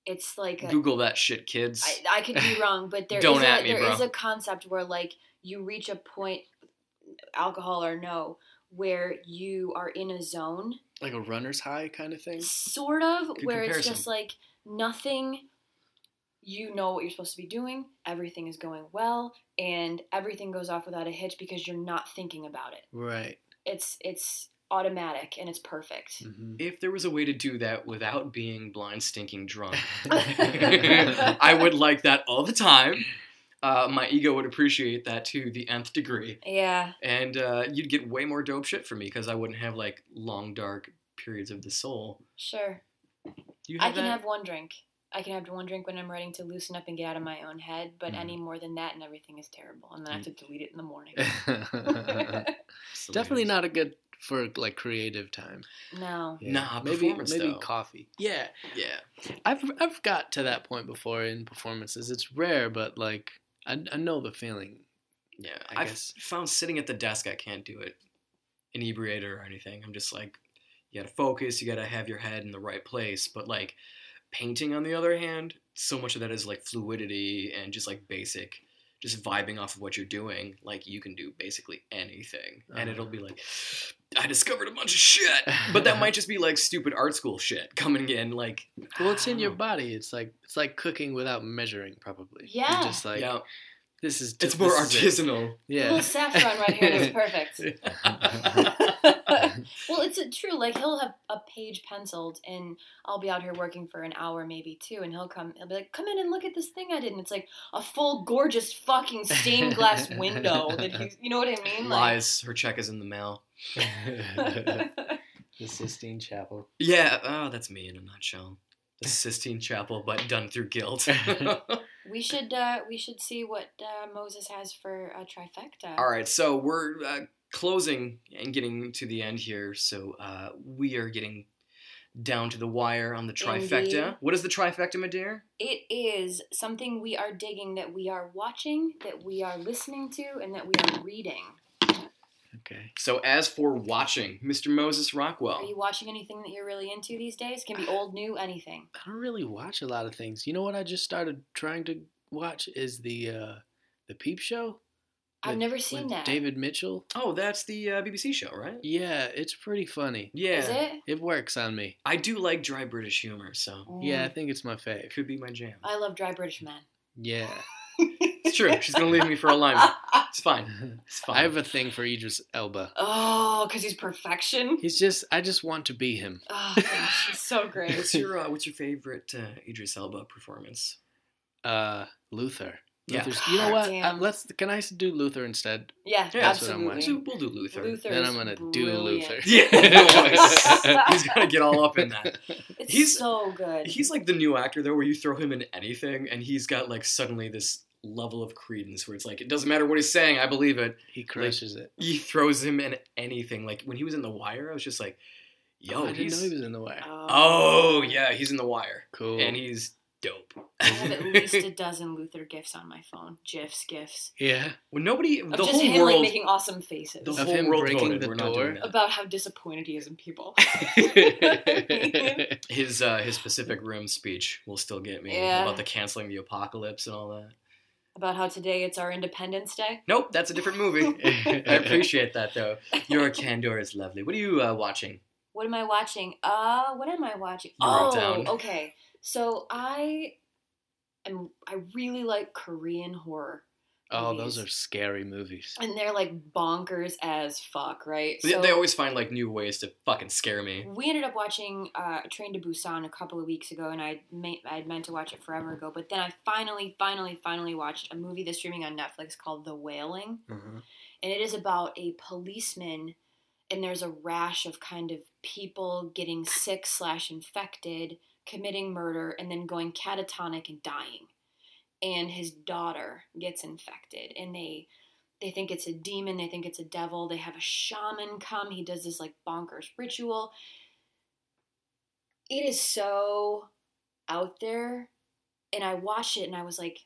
Speaker 3: It's like a,
Speaker 2: Google that shit, kids.
Speaker 3: I, I could be wrong, but there is
Speaker 2: Don't
Speaker 3: a,
Speaker 2: at me,
Speaker 3: there
Speaker 2: bro.
Speaker 3: is a concept where like you reach a point, alcohol or no, where you are in a zone,
Speaker 4: Like a runner's high kind of thing.
Speaker 3: sort of,
Speaker 2: Good
Speaker 3: where it's
Speaker 2: comparison.
Speaker 3: just like nothing. You know what you're supposed to be doing. Everything is going well, and everything goes off without a hitch because you're not thinking about it.
Speaker 4: Right.
Speaker 3: It's it's automatic and it's
Speaker 2: Mm.
Speaker 3: perfect.
Speaker 4: Mhm.
Speaker 2: if there was a way to do that without being blind, stinking drunk, I would like that all the time. Uh, my ego would appreciate that to the nth degree,
Speaker 3: Yeah,
Speaker 2: and uh, you'd get way more dope shit from me because I wouldn't have like long dark periods of the soul.
Speaker 3: sure.
Speaker 2: Do you
Speaker 3: I
Speaker 2: have
Speaker 3: can
Speaker 2: that?
Speaker 3: have one drink. I can have one drink when I'm writing to loosen up and get out of my own head, but
Speaker 2: Mm-hmm.
Speaker 4: Mhm.
Speaker 3: any more than that and everything is terrible. And then I have to
Speaker 2: Mm.
Speaker 3: delete it in the morning.
Speaker 2: Absolutely.
Speaker 4: Definitely not a good for like creative time.
Speaker 3: no.
Speaker 2: Nah,
Speaker 4: maybe
Speaker 2: performance,
Speaker 4: maybe
Speaker 2: though.
Speaker 4: coffee. Yeah,
Speaker 2: Yeah.
Speaker 4: I've I've got to that point before in performances. It's rare, but like I, I know the feeling.
Speaker 2: Yeah,
Speaker 4: I
Speaker 2: I have
Speaker 4: guess.
Speaker 2: found sitting at the desk, I can't do it, inebriated or anything. I'm just like, you gotta focus, you gotta have your head in the right place. But like painting, on the other hand, so much of that is like fluidity and just like basic, just vibing off of what you're doing. Like you can do basically anything, and it'll be like,
Speaker 4: Uh-huh.
Speaker 2: I discovered a bunch of shit. But that might just be like stupid art school shit coming in. Like,
Speaker 4: well, it's
Speaker 2: I
Speaker 4: in
Speaker 2: don't
Speaker 4: your
Speaker 2: know.
Speaker 4: body. It's like it's like cooking without measuring, probably. You're
Speaker 3: Yeah.
Speaker 4: just like
Speaker 2: yeah,
Speaker 4: this is.
Speaker 2: it's more
Speaker 4: this is it.
Speaker 2: artisanal.
Speaker 3: A little
Speaker 4: Yeah.
Speaker 3: saffron right here and it's perfect. well, it's uh, true. Like he'll have a page penciled, and I'll be out here working for an hour, maybe two, and he'll come. He'll be like, "Come in and look at this thing I did," and it's like a full, gorgeous, fucking stained glass window. That he's, you know what I mean? Like,
Speaker 2: Lies. Her check is in the mail.
Speaker 4: the Sistine Chapel.
Speaker 2: Yeah, oh, that's me in a nutshell. The Sistine Chapel, but done through guilt.
Speaker 3: we should uh, we should see what uh, Moses has for a trifecta.
Speaker 2: All right, so we're uh, closing and getting to the end here. So uh, we are getting down to the wire on the trifecta.
Speaker 3: Indeed.
Speaker 2: What is the trifecta, my dear?
Speaker 3: It is something we are digging, that we are watching, that we are listening to, and that we are reading.
Speaker 4: Okay.
Speaker 2: So as for watching, Mr. Moses
Speaker 3: Are you
Speaker 2: Rockwell.
Speaker 3: watching anything that you're really into these days? Can be old, new, anything.
Speaker 4: I don't really watch a lot of things. You know what I just started trying to watch is the uh the Peep Show.
Speaker 3: I've
Speaker 4: with-
Speaker 3: never seen
Speaker 4: with
Speaker 3: that. Is
Speaker 4: David Mitchell.
Speaker 2: Oh, that's the uh, BBC show, right?
Speaker 4: Yeah, it's pretty funny.
Speaker 2: Yeah.
Speaker 3: it?
Speaker 4: It works on me.
Speaker 2: I do like dry British humor, so
Speaker 4: Yeah, I
Speaker 3: Mm.
Speaker 4: think it's my
Speaker 2: it
Speaker 4: fave.
Speaker 2: could be my jam.
Speaker 3: I love dry British men.
Speaker 4: Yeah.
Speaker 2: It's true. She's gonna leave me for a alignment. It's fine. It's fine.
Speaker 4: I have a thing for Idris Elba.
Speaker 3: oh, because he's perfection.
Speaker 4: He's just I just want to be him.
Speaker 3: Oh gosh, he's so great.
Speaker 2: what's your uh, What's your favorite uh, Idris Elba performance?
Speaker 4: Uh Luther.
Speaker 2: Yeah.
Speaker 4: Luther's, you know what?
Speaker 3: Damn.
Speaker 4: Um, let's can I do Luther instead?
Speaker 3: Yeah,
Speaker 2: Yeah, that's
Speaker 4: what I'm
Speaker 3: absolutely.
Speaker 2: We'll do, we'll do Luther.
Speaker 3: Luther
Speaker 4: then
Speaker 3: is
Speaker 4: I'm gonna do
Speaker 3: brilliant.
Speaker 4: Luther.
Speaker 2: Yeah, no, he's gonna get all up in that.
Speaker 3: It's
Speaker 2: He's-
Speaker 3: so good.
Speaker 2: He's like the new actor though, where you throw him in anything, and he's got like suddenly this level of credence where it's like it doesn't matter what he's saying, I believe it.
Speaker 4: He crushes it.
Speaker 2: He throws him in anything. Like when he was in The Wire, I was just like, "Yo,
Speaker 4: oh, I didn't
Speaker 2: he's
Speaker 4: know he was in the
Speaker 3: uh,
Speaker 4: way.
Speaker 2: oh yeah, he's in The Wire,
Speaker 4: Cool.
Speaker 2: and he's dope."
Speaker 3: I have at least a dozen Luther gifs on my phone. GIFs, GIFs.
Speaker 4: yeah.
Speaker 2: Well, nobody,
Speaker 3: Of
Speaker 2: the
Speaker 3: just
Speaker 2: whole
Speaker 3: him like
Speaker 2: world,
Speaker 3: making awesome faces.
Speaker 2: the
Speaker 4: Of
Speaker 2: whole
Speaker 4: him
Speaker 2: world
Speaker 4: breaking
Speaker 2: voted.
Speaker 4: the
Speaker 2: We're not doing
Speaker 4: door.
Speaker 2: that.
Speaker 3: about how disappointed he is in people.
Speaker 2: His uh, his Pacific Rim speech will still get me
Speaker 3: Yeah.
Speaker 2: about the canceling the apocalypse and all that.
Speaker 3: about how today it's our Independence Day.
Speaker 2: Nope, that's a different movie. I appreciate that though. Your candor is lovely. What are you uh, watching?
Speaker 3: What am I watching? Uh, what am I watching?
Speaker 2: You
Speaker 3: oh,
Speaker 2: wrote down.
Speaker 3: okay. So I am. I really like Korean horror,
Speaker 4: Oh,
Speaker 3: movies.
Speaker 4: those are scary movies.
Speaker 3: and they're like bonkers as fuck, right?
Speaker 2: They-
Speaker 3: So
Speaker 2: they always find like new ways to fucking scare me.
Speaker 3: we ended up watching uh, Train to Busan a couple of weeks ago, and I I would meant to watch it forever ago, but then I finally, finally, finally watched a movie that's streaming on Netflix called The Wailing.
Speaker 4: Mm-hmm.
Speaker 3: and it is about a policeman and there's a rash of kind of people getting sick slash infected committing murder and then going catatonic and dying and his daughter gets infected and they they think it's a demon they think it's a devil they have a shaman come he does this like bonkers ritual it is so out there and i watched it and i was like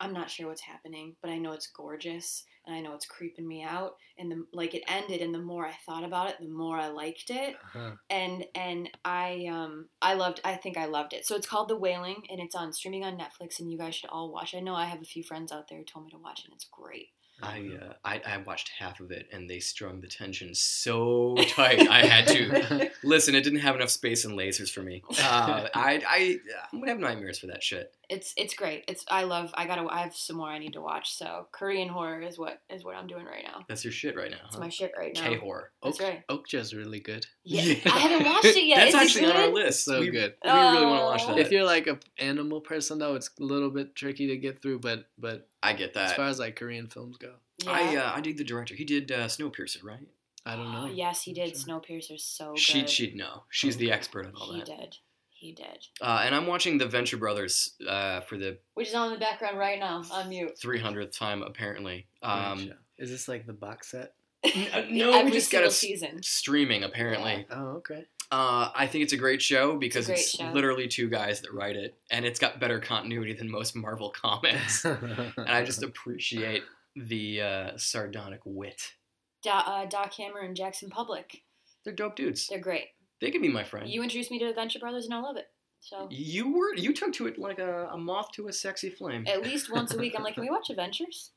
Speaker 3: i'm not sure what's happening but i know it's gorgeous and i know it's creeping me out and the like it ended and the more i thought about it the more i liked it
Speaker 4: Uh-huh.
Speaker 3: and and I um I loved I think I loved it. So it's called The Wailing and it's on streaming on Netflix and you guys should all watch. I know I have a few friends out there who told me to watch it and it's great.
Speaker 2: I,
Speaker 3: Mm-hmm.
Speaker 2: uh, I I watched half of it and they strung the tension so tight I had to listen. It didn't have enough space and lasers for me. Uh, I I I'm gonna have nightmares for that shit.
Speaker 3: It's it's great. It's I love I got to I have some more I need to watch. So Korean horror is what is what I'm doing right now.
Speaker 2: That's your shit right now.
Speaker 3: It's
Speaker 2: Huh?
Speaker 3: my shit right now.
Speaker 2: K horror.
Speaker 3: That's
Speaker 4: Oak-
Speaker 3: right.
Speaker 4: Oakja's really good.
Speaker 3: Yeah. I haven't watched it yet.
Speaker 2: That's
Speaker 3: Is it
Speaker 2: actually on our
Speaker 3: good?
Speaker 2: list.
Speaker 4: So
Speaker 2: we,
Speaker 4: good.
Speaker 2: We really want to
Speaker 3: Oh.
Speaker 2: watch that.
Speaker 4: If you're like a animal person though, it's a little bit tricky to get through, but but
Speaker 2: I get
Speaker 4: as
Speaker 2: that.
Speaker 4: far as like Korean films go,
Speaker 2: I
Speaker 3: Yeah.
Speaker 2: uh, I dig the director. He did uh, Snowpiercer, right?
Speaker 4: I don't know.
Speaker 3: yes, he did.
Speaker 4: Sure.
Speaker 3: Snowpiercer so Oh, good.
Speaker 2: She she'd know. She's the expert on all
Speaker 3: He
Speaker 2: that.
Speaker 3: did. He did.
Speaker 2: Uh, and I'm watching The Venture Brothers uh, for the
Speaker 3: Which is on in the background right now on mute.
Speaker 2: 300th time apparently.
Speaker 4: Um,
Speaker 2: Um,
Speaker 4: is this like the box set?
Speaker 2: n- uh, no,
Speaker 3: Every
Speaker 2: we just got
Speaker 3: single
Speaker 2: a s-
Speaker 3: season.
Speaker 2: streaming apparently.
Speaker 4: Oh, okay.
Speaker 2: Uh, I think it's a great show because
Speaker 3: great
Speaker 2: it's,
Speaker 3: show.
Speaker 2: literally two guys that write it, and it's got better continuity than most Marvel comics. and I just appreciate the uh, sardonic wit.
Speaker 3: Do, uh, Doc Hammer and Jackson Public.
Speaker 2: They're dope dudes.
Speaker 3: They're great.
Speaker 2: They could be my friend.
Speaker 3: You introduced me to the Venture Brothers, and I love it. So
Speaker 2: You were you took to it like a, a moth to a sexy flame.
Speaker 3: at least once a week, I'm like, can we watch Adventures?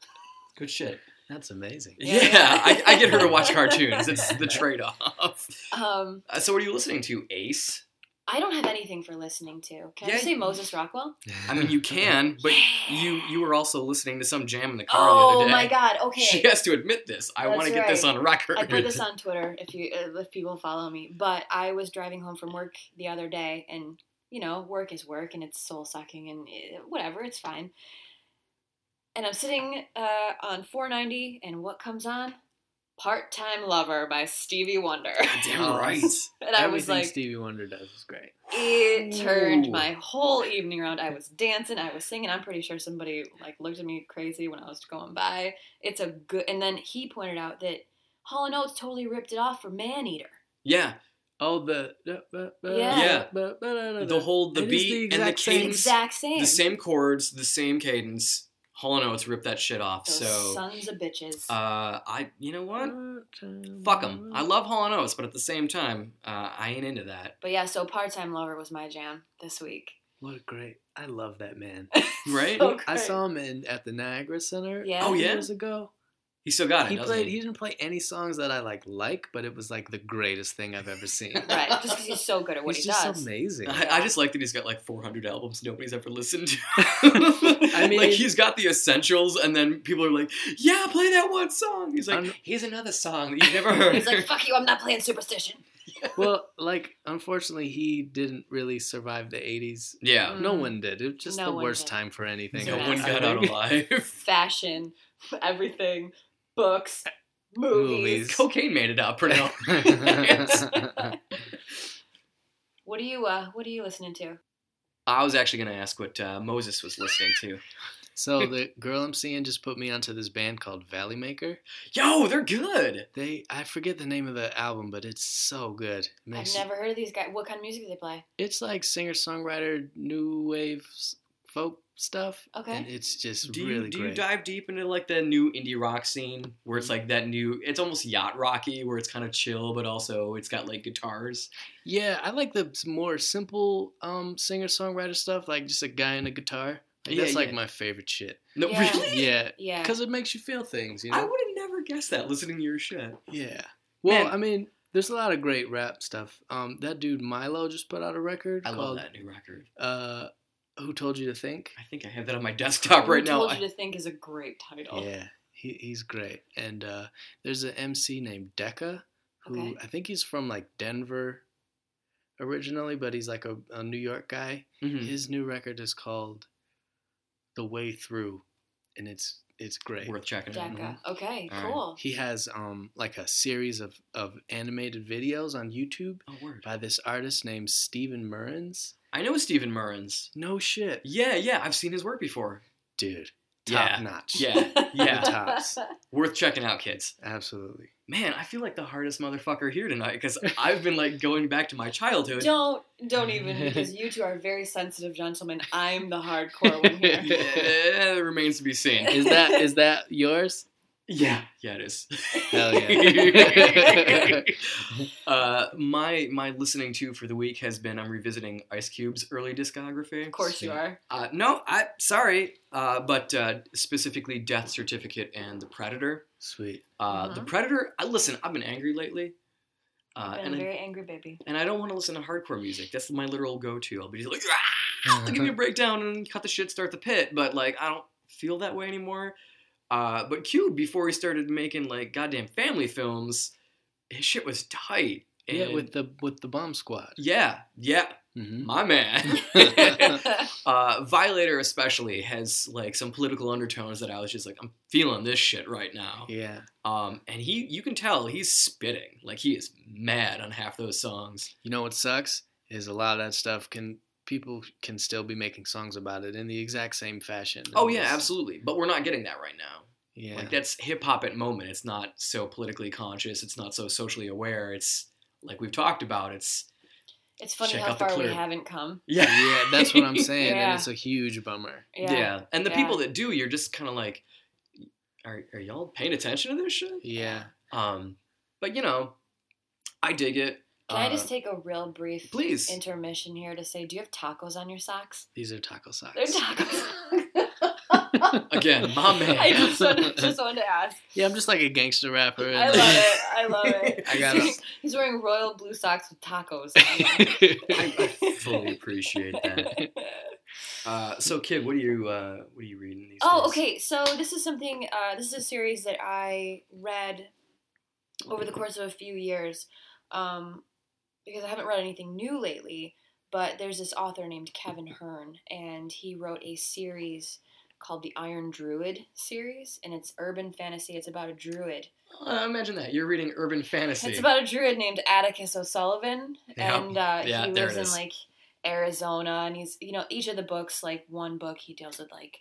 Speaker 2: Good shit.
Speaker 4: That's amazing.
Speaker 2: Yeah,
Speaker 3: Yeah.
Speaker 2: I, I get her to watch cartoons. It's the trade off.
Speaker 3: Um,
Speaker 2: Uh, so, what are you listening to, Ace?
Speaker 3: I don't have anything for listening to. Can I
Speaker 2: Yeah,
Speaker 3: just say
Speaker 2: you-
Speaker 3: Moses Rockwell?
Speaker 2: I mean, you can, but you you were also listening to some jam in the car the
Speaker 3: Oh
Speaker 2: other day.
Speaker 3: my God! Okay,
Speaker 2: She has to admit this. I
Speaker 3: That's
Speaker 2: want to get this
Speaker 3: right.
Speaker 2: on record.
Speaker 3: I put this on Twitter if you uh, if people follow me. But I was driving home from work the other day, and you know, work is work, and it's soul sucking, and eh, whatever, it's fine. And I'm sitting uh, on 490, and what comes on? Part Time Lover by Stevie Wonder.
Speaker 2: Damn right.
Speaker 3: And I was
Speaker 4: Everything
Speaker 3: like,
Speaker 4: Stevie Wonder does is great.
Speaker 3: it
Speaker 2: Ooh.
Speaker 3: turned my whole evening around. I was dancing, I was singing. I'm pretty sure somebody like looked at me crazy when I was going by. It's a good. And then he pointed out that Hall and Oates totally ripped it off for Man Eater.
Speaker 2: Yeah,
Speaker 4: Oh, the
Speaker 3: Yeah.
Speaker 2: the whole the
Speaker 4: It is the
Speaker 2: beat and the
Speaker 4: exact same-
Speaker 3: The
Speaker 2: cadence,
Speaker 3: exact same.
Speaker 2: the same chords, the same cadence. Hall and Oates ripped that shit off.
Speaker 3: Those
Speaker 2: So,
Speaker 3: sons of bitches.
Speaker 2: uh, I you know what? Fuck
Speaker 4: Fuck
Speaker 2: them. I love Hall and Oates, but at the same time, uh, I ain't into that.
Speaker 3: but yeah, so part time lover was my jam this week.
Speaker 4: What a great! I love that man.
Speaker 2: Right?
Speaker 3: So great.
Speaker 4: I saw him in at the Niagara Center.
Speaker 3: Yeah.
Speaker 4: a few
Speaker 2: Oh, yeah?
Speaker 4: Years ago.
Speaker 2: He still got it.
Speaker 4: he
Speaker 2: doesn't
Speaker 4: played.
Speaker 2: he?
Speaker 4: He? didn't play any songs that I like like, but it was like the greatest thing I've ever seen.
Speaker 3: right, just because he's so good at what
Speaker 4: He's
Speaker 3: he
Speaker 4: just
Speaker 3: does.
Speaker 4: amazing.
Speaker 2: I, I just like that he's got like 400 albums nobody's ever listened to. I mean,
Speaker 4: mean-
Speaker 2: like he's got the essentials, and then people are like, "Yeah, play that one song." He's like,
Speaker 4: I'm-
Speaker 2: "Here's another song that you've never heard."
Speaker 3: He's like, fuck you, I'm not playing Superstition.
Speaker 4: well, like unfortunately, he didn't really survive the '80s.
Speaker 2: "Yeah,
Speaker 4: No
Speaker 3: Mm.
Speaker 4: one did. It was just
Speaker 3: No
Speaker 4: the
Speaker 3: one
Speaker 4: worst
Speaker 3: did.
Speaker 4: time for anything.
Speaker 2: no
Speaker 3: Yeah.
Speaker 2: one
Speaker 4: I
Speaker 2: got
Speaker 4: think.
Speaker 2: out alive."
Speaker 3: Fashion, everything, books, movies.
Speaker 4: Movies.
Speaker 2: Cocaine made it up, or no?
Speaker 3: What are you? Uh, what are you listening to?
Speaker 2: I was actually going to ask what uh, Moses was listening to.
Speaker 4: so the girl I'm seeing just put me onto this band called Valley Maker.
Speaker 2: Yo, they're good.
Speaker 4: They I forget the name of the album, but it's so good. It
Speaker 3: I've
Speaker 4: makes-
Speaker 3: never heard of these guys. What kind of music do they play?
Speaker 4: It's like singer songwriter new wave s- folk stuff.
Speaker 3: Okay.
Speaker 4: And it's just
Speaker 2: Do you
Speaker 4: really
Speaker 2: do
Speaker 4: great.
Speaker 2: you dive deep into like the new indie rock scene where it's like that new? It's almost yacht rocky, where it's kind of chill, but also it's got like guitars.
Speaker 4: yeah, I like the s- more simple um singer songwriter stuff, like just a guy and a guitar. Like,
Speaker 2: Yeah,
Speaker 4: that's like
Speaker 2: yeah.
Speaker 4: my favorite shit.
Speaker 2: No,
Speaker 3: Yeah.
Speaker 2: really.
Speaker 4: Yeah.
Speaker 3: Yeah.
Speaker 4: Because it makes you feel things, you
Speaker 2: I
Speaker 4: know?
Speaker 2: would have never guessed that listening to your shit.
Speaker 4: yeah. Well,
Speaker 2: Man.
Speaker 4: I mean, there's a lot of great rap stuff. Um, that dude Milo just put out a record
Speaker 2: I love
Speaker 4: called
Speaker 2: that new record.
Speaker 4: Uh, "Who Told You to Think."
Speaker 2: I think I have that on my desktop
Speaker 3: Who
Speaker 2: right now.
Speaker 3: Told you
Speaker 2: I,
Speaker 3: to think is a great title.
Speaker 4: Yeah, Oh. he, he's great. And uh, there's an MC named Decca, who
Speaker 3: Okay.
Speaker 4: I think he's from like Denver originally, but he's like a, a New York guy.
Speaker 2: Mhm.
Speaker 4: His new record is called "The Way Through," and it's it's great.
Speaker 2: Worth checking out.
Speaker 3: Decca. Okay.
Speaker 2: All right.
Speaker 3: cool.
Speaker 4: He has um like a series of of animated videos on YouTube
Speaker 2: Oh, word.
Speaker 4: by this artist named Steven Murrens.
Speaker 2: I know Stephen Murrens.
Speaker 4: No shit,
Speaker 2: Yeah, yeah, I've seen his work before.
Speaker 4: dude, top
Speaker 2: Yeah.
Speaker 4: notch.
Speaker 2: Yeah, yeah.
Speaker 4: The tops.
Speaker 2: Worth checking out, kids.
Speaker 4: absolutely.
Speaker 2: Man, I feel like the hardest motherfucker here tonight because I've been like going back to my childhood.
Speaker 3: Don't don't even because you two are very sensitive gentlemen. I'm the hardcore one here.
Speaker 2: Yeah, it remains to be seen.
Speaker 4: Is that is that yours?
Speaker 2: Yeah, yeah, it is.
Speaker 4: Hell yeah.
Speaker 2: uh, my my listening to for the week has been I'm revisiting Ice Cube's early discography.
Speaker 3: Of course you are.
Speaker 2: Uh, no, I sorry, uh, but uh, specifically Death Certificate and The Predator.
Speaker 4: Sweet.
Speaker 2: Uh, The
Speaker 3: Mhm.
Speaker 2: Predator. I listen. I've been angry lately, uh,
Speaker 3: I'm
Speaker 2: and
Speaker 3: a
Speaker 2: I,
Speaker 3: very angry baby.
Speaker 2: and I don't want to listen to hardcore music. That's my literal go-to. I'll be just like, "Ah, give me a
Speaker 4: Mm-hmm.
Speaker 2: breakdown and cut the shit, start the pit. But like, I don't feel that way anymore. Uh, but Cube, before he started making like goddamn family films, his shit was tight.
Speaker 4: yeah,
Speaker 2: And-
Speaker 4: with the with the bomb squad.
Speaker 2: yeah, yeah,
Speaker 4: Mm-hmm.
Speaker 2: my man. uh, Violator especially has like some political undertones that I was just like, I'm feeling this shit right now.
Speaker 4: Yeah,
Speaker 2: Um, and he, you can tell he's spitting, like he is mad on half those songs.
Speaker 4: you know what sucks is a lot of that stuff can people can still be making songs about it in the exact same fashion.
Speaker 2: Oh yeah,
Speaker 4: It's-
Speaker 2: absolutely. But we're not getting that right now.
Speaker 4: Yeah,
Speaker 2: Like that's hip hop at moment. It's not so politically conscious. It's not so socially aware. It's like we've talked about. It's
Speaker 3: It's funny
Speaker 2: Check
Speaker 3: how
Speaker 2: out the
Speaker 3: far we
Speaker 2: clear.
Speaker 3: haven't come.
Speaker 2: yeah,
Speaker 4: yeah, that's what I'm saying,
Speaker 3: Yeah.
Speaker 4: and it's a huge bummer.
Speaker 2: yeah.
Speaker 3: Yeah.
Speaker 2: And the
Speaker 3: yeah.
Speaker 2: people that do, you're just kind of like, are are y'all paying attention to this shit?
Speaker 4: Yeah,
Speaker 2: Um, but you know, I dig it.
Speaker 3: Can I
Speaker 2: Uh,
Speaker 3: just take a real brief
Speaker 2: please?
Speaker 3: intermission here to say, do you have tacos on your socks?
Speaker 4: these are taco socks.
Speaker 3: They're tacos.
Speaker 2: Again, my man.
Speaker 3: I just wanted, just wanted to ask.
Speaker 4: yeah, I'm just like a gangster rapper.
Speaker 3: I love it. I love it.
Speaker 4: I got 'em.
Speaker 3: He's wearing royal blue socks with tacos. on
Speaker 2: I, I fully appreciate that.
Speaker 3: them.
Speaker 2: Uh, so, kid, what are you uh, what are you reading these
Speaker 3: oh,
Speaker 2: days?
Speaker 3: okay. So this is something. Uh, this is a series that I read over the course of a few years, um, because I haven't read anything new lately. But there's this author named Kevin Hearn, and he wrote a series called the Iron Druid series, and it's urban fantasy. It's about a druid.
Speaker 2: Uh, imagine that you're reading urban fantasy.
Speaker 3: It's about a druid named Atticus O'Sullivan,
Speaker 2: Yeah.
Speaker 3: and uh,
Speaker 2: Yeah,
Speaker 3: he
Speaker 2: there
Speaker 3: lives
Speaker 2: it
Speaker 3: in
Speaker 2: is.
Speaker 3: like Arizona, and he's you know each of the books like one book he deals with like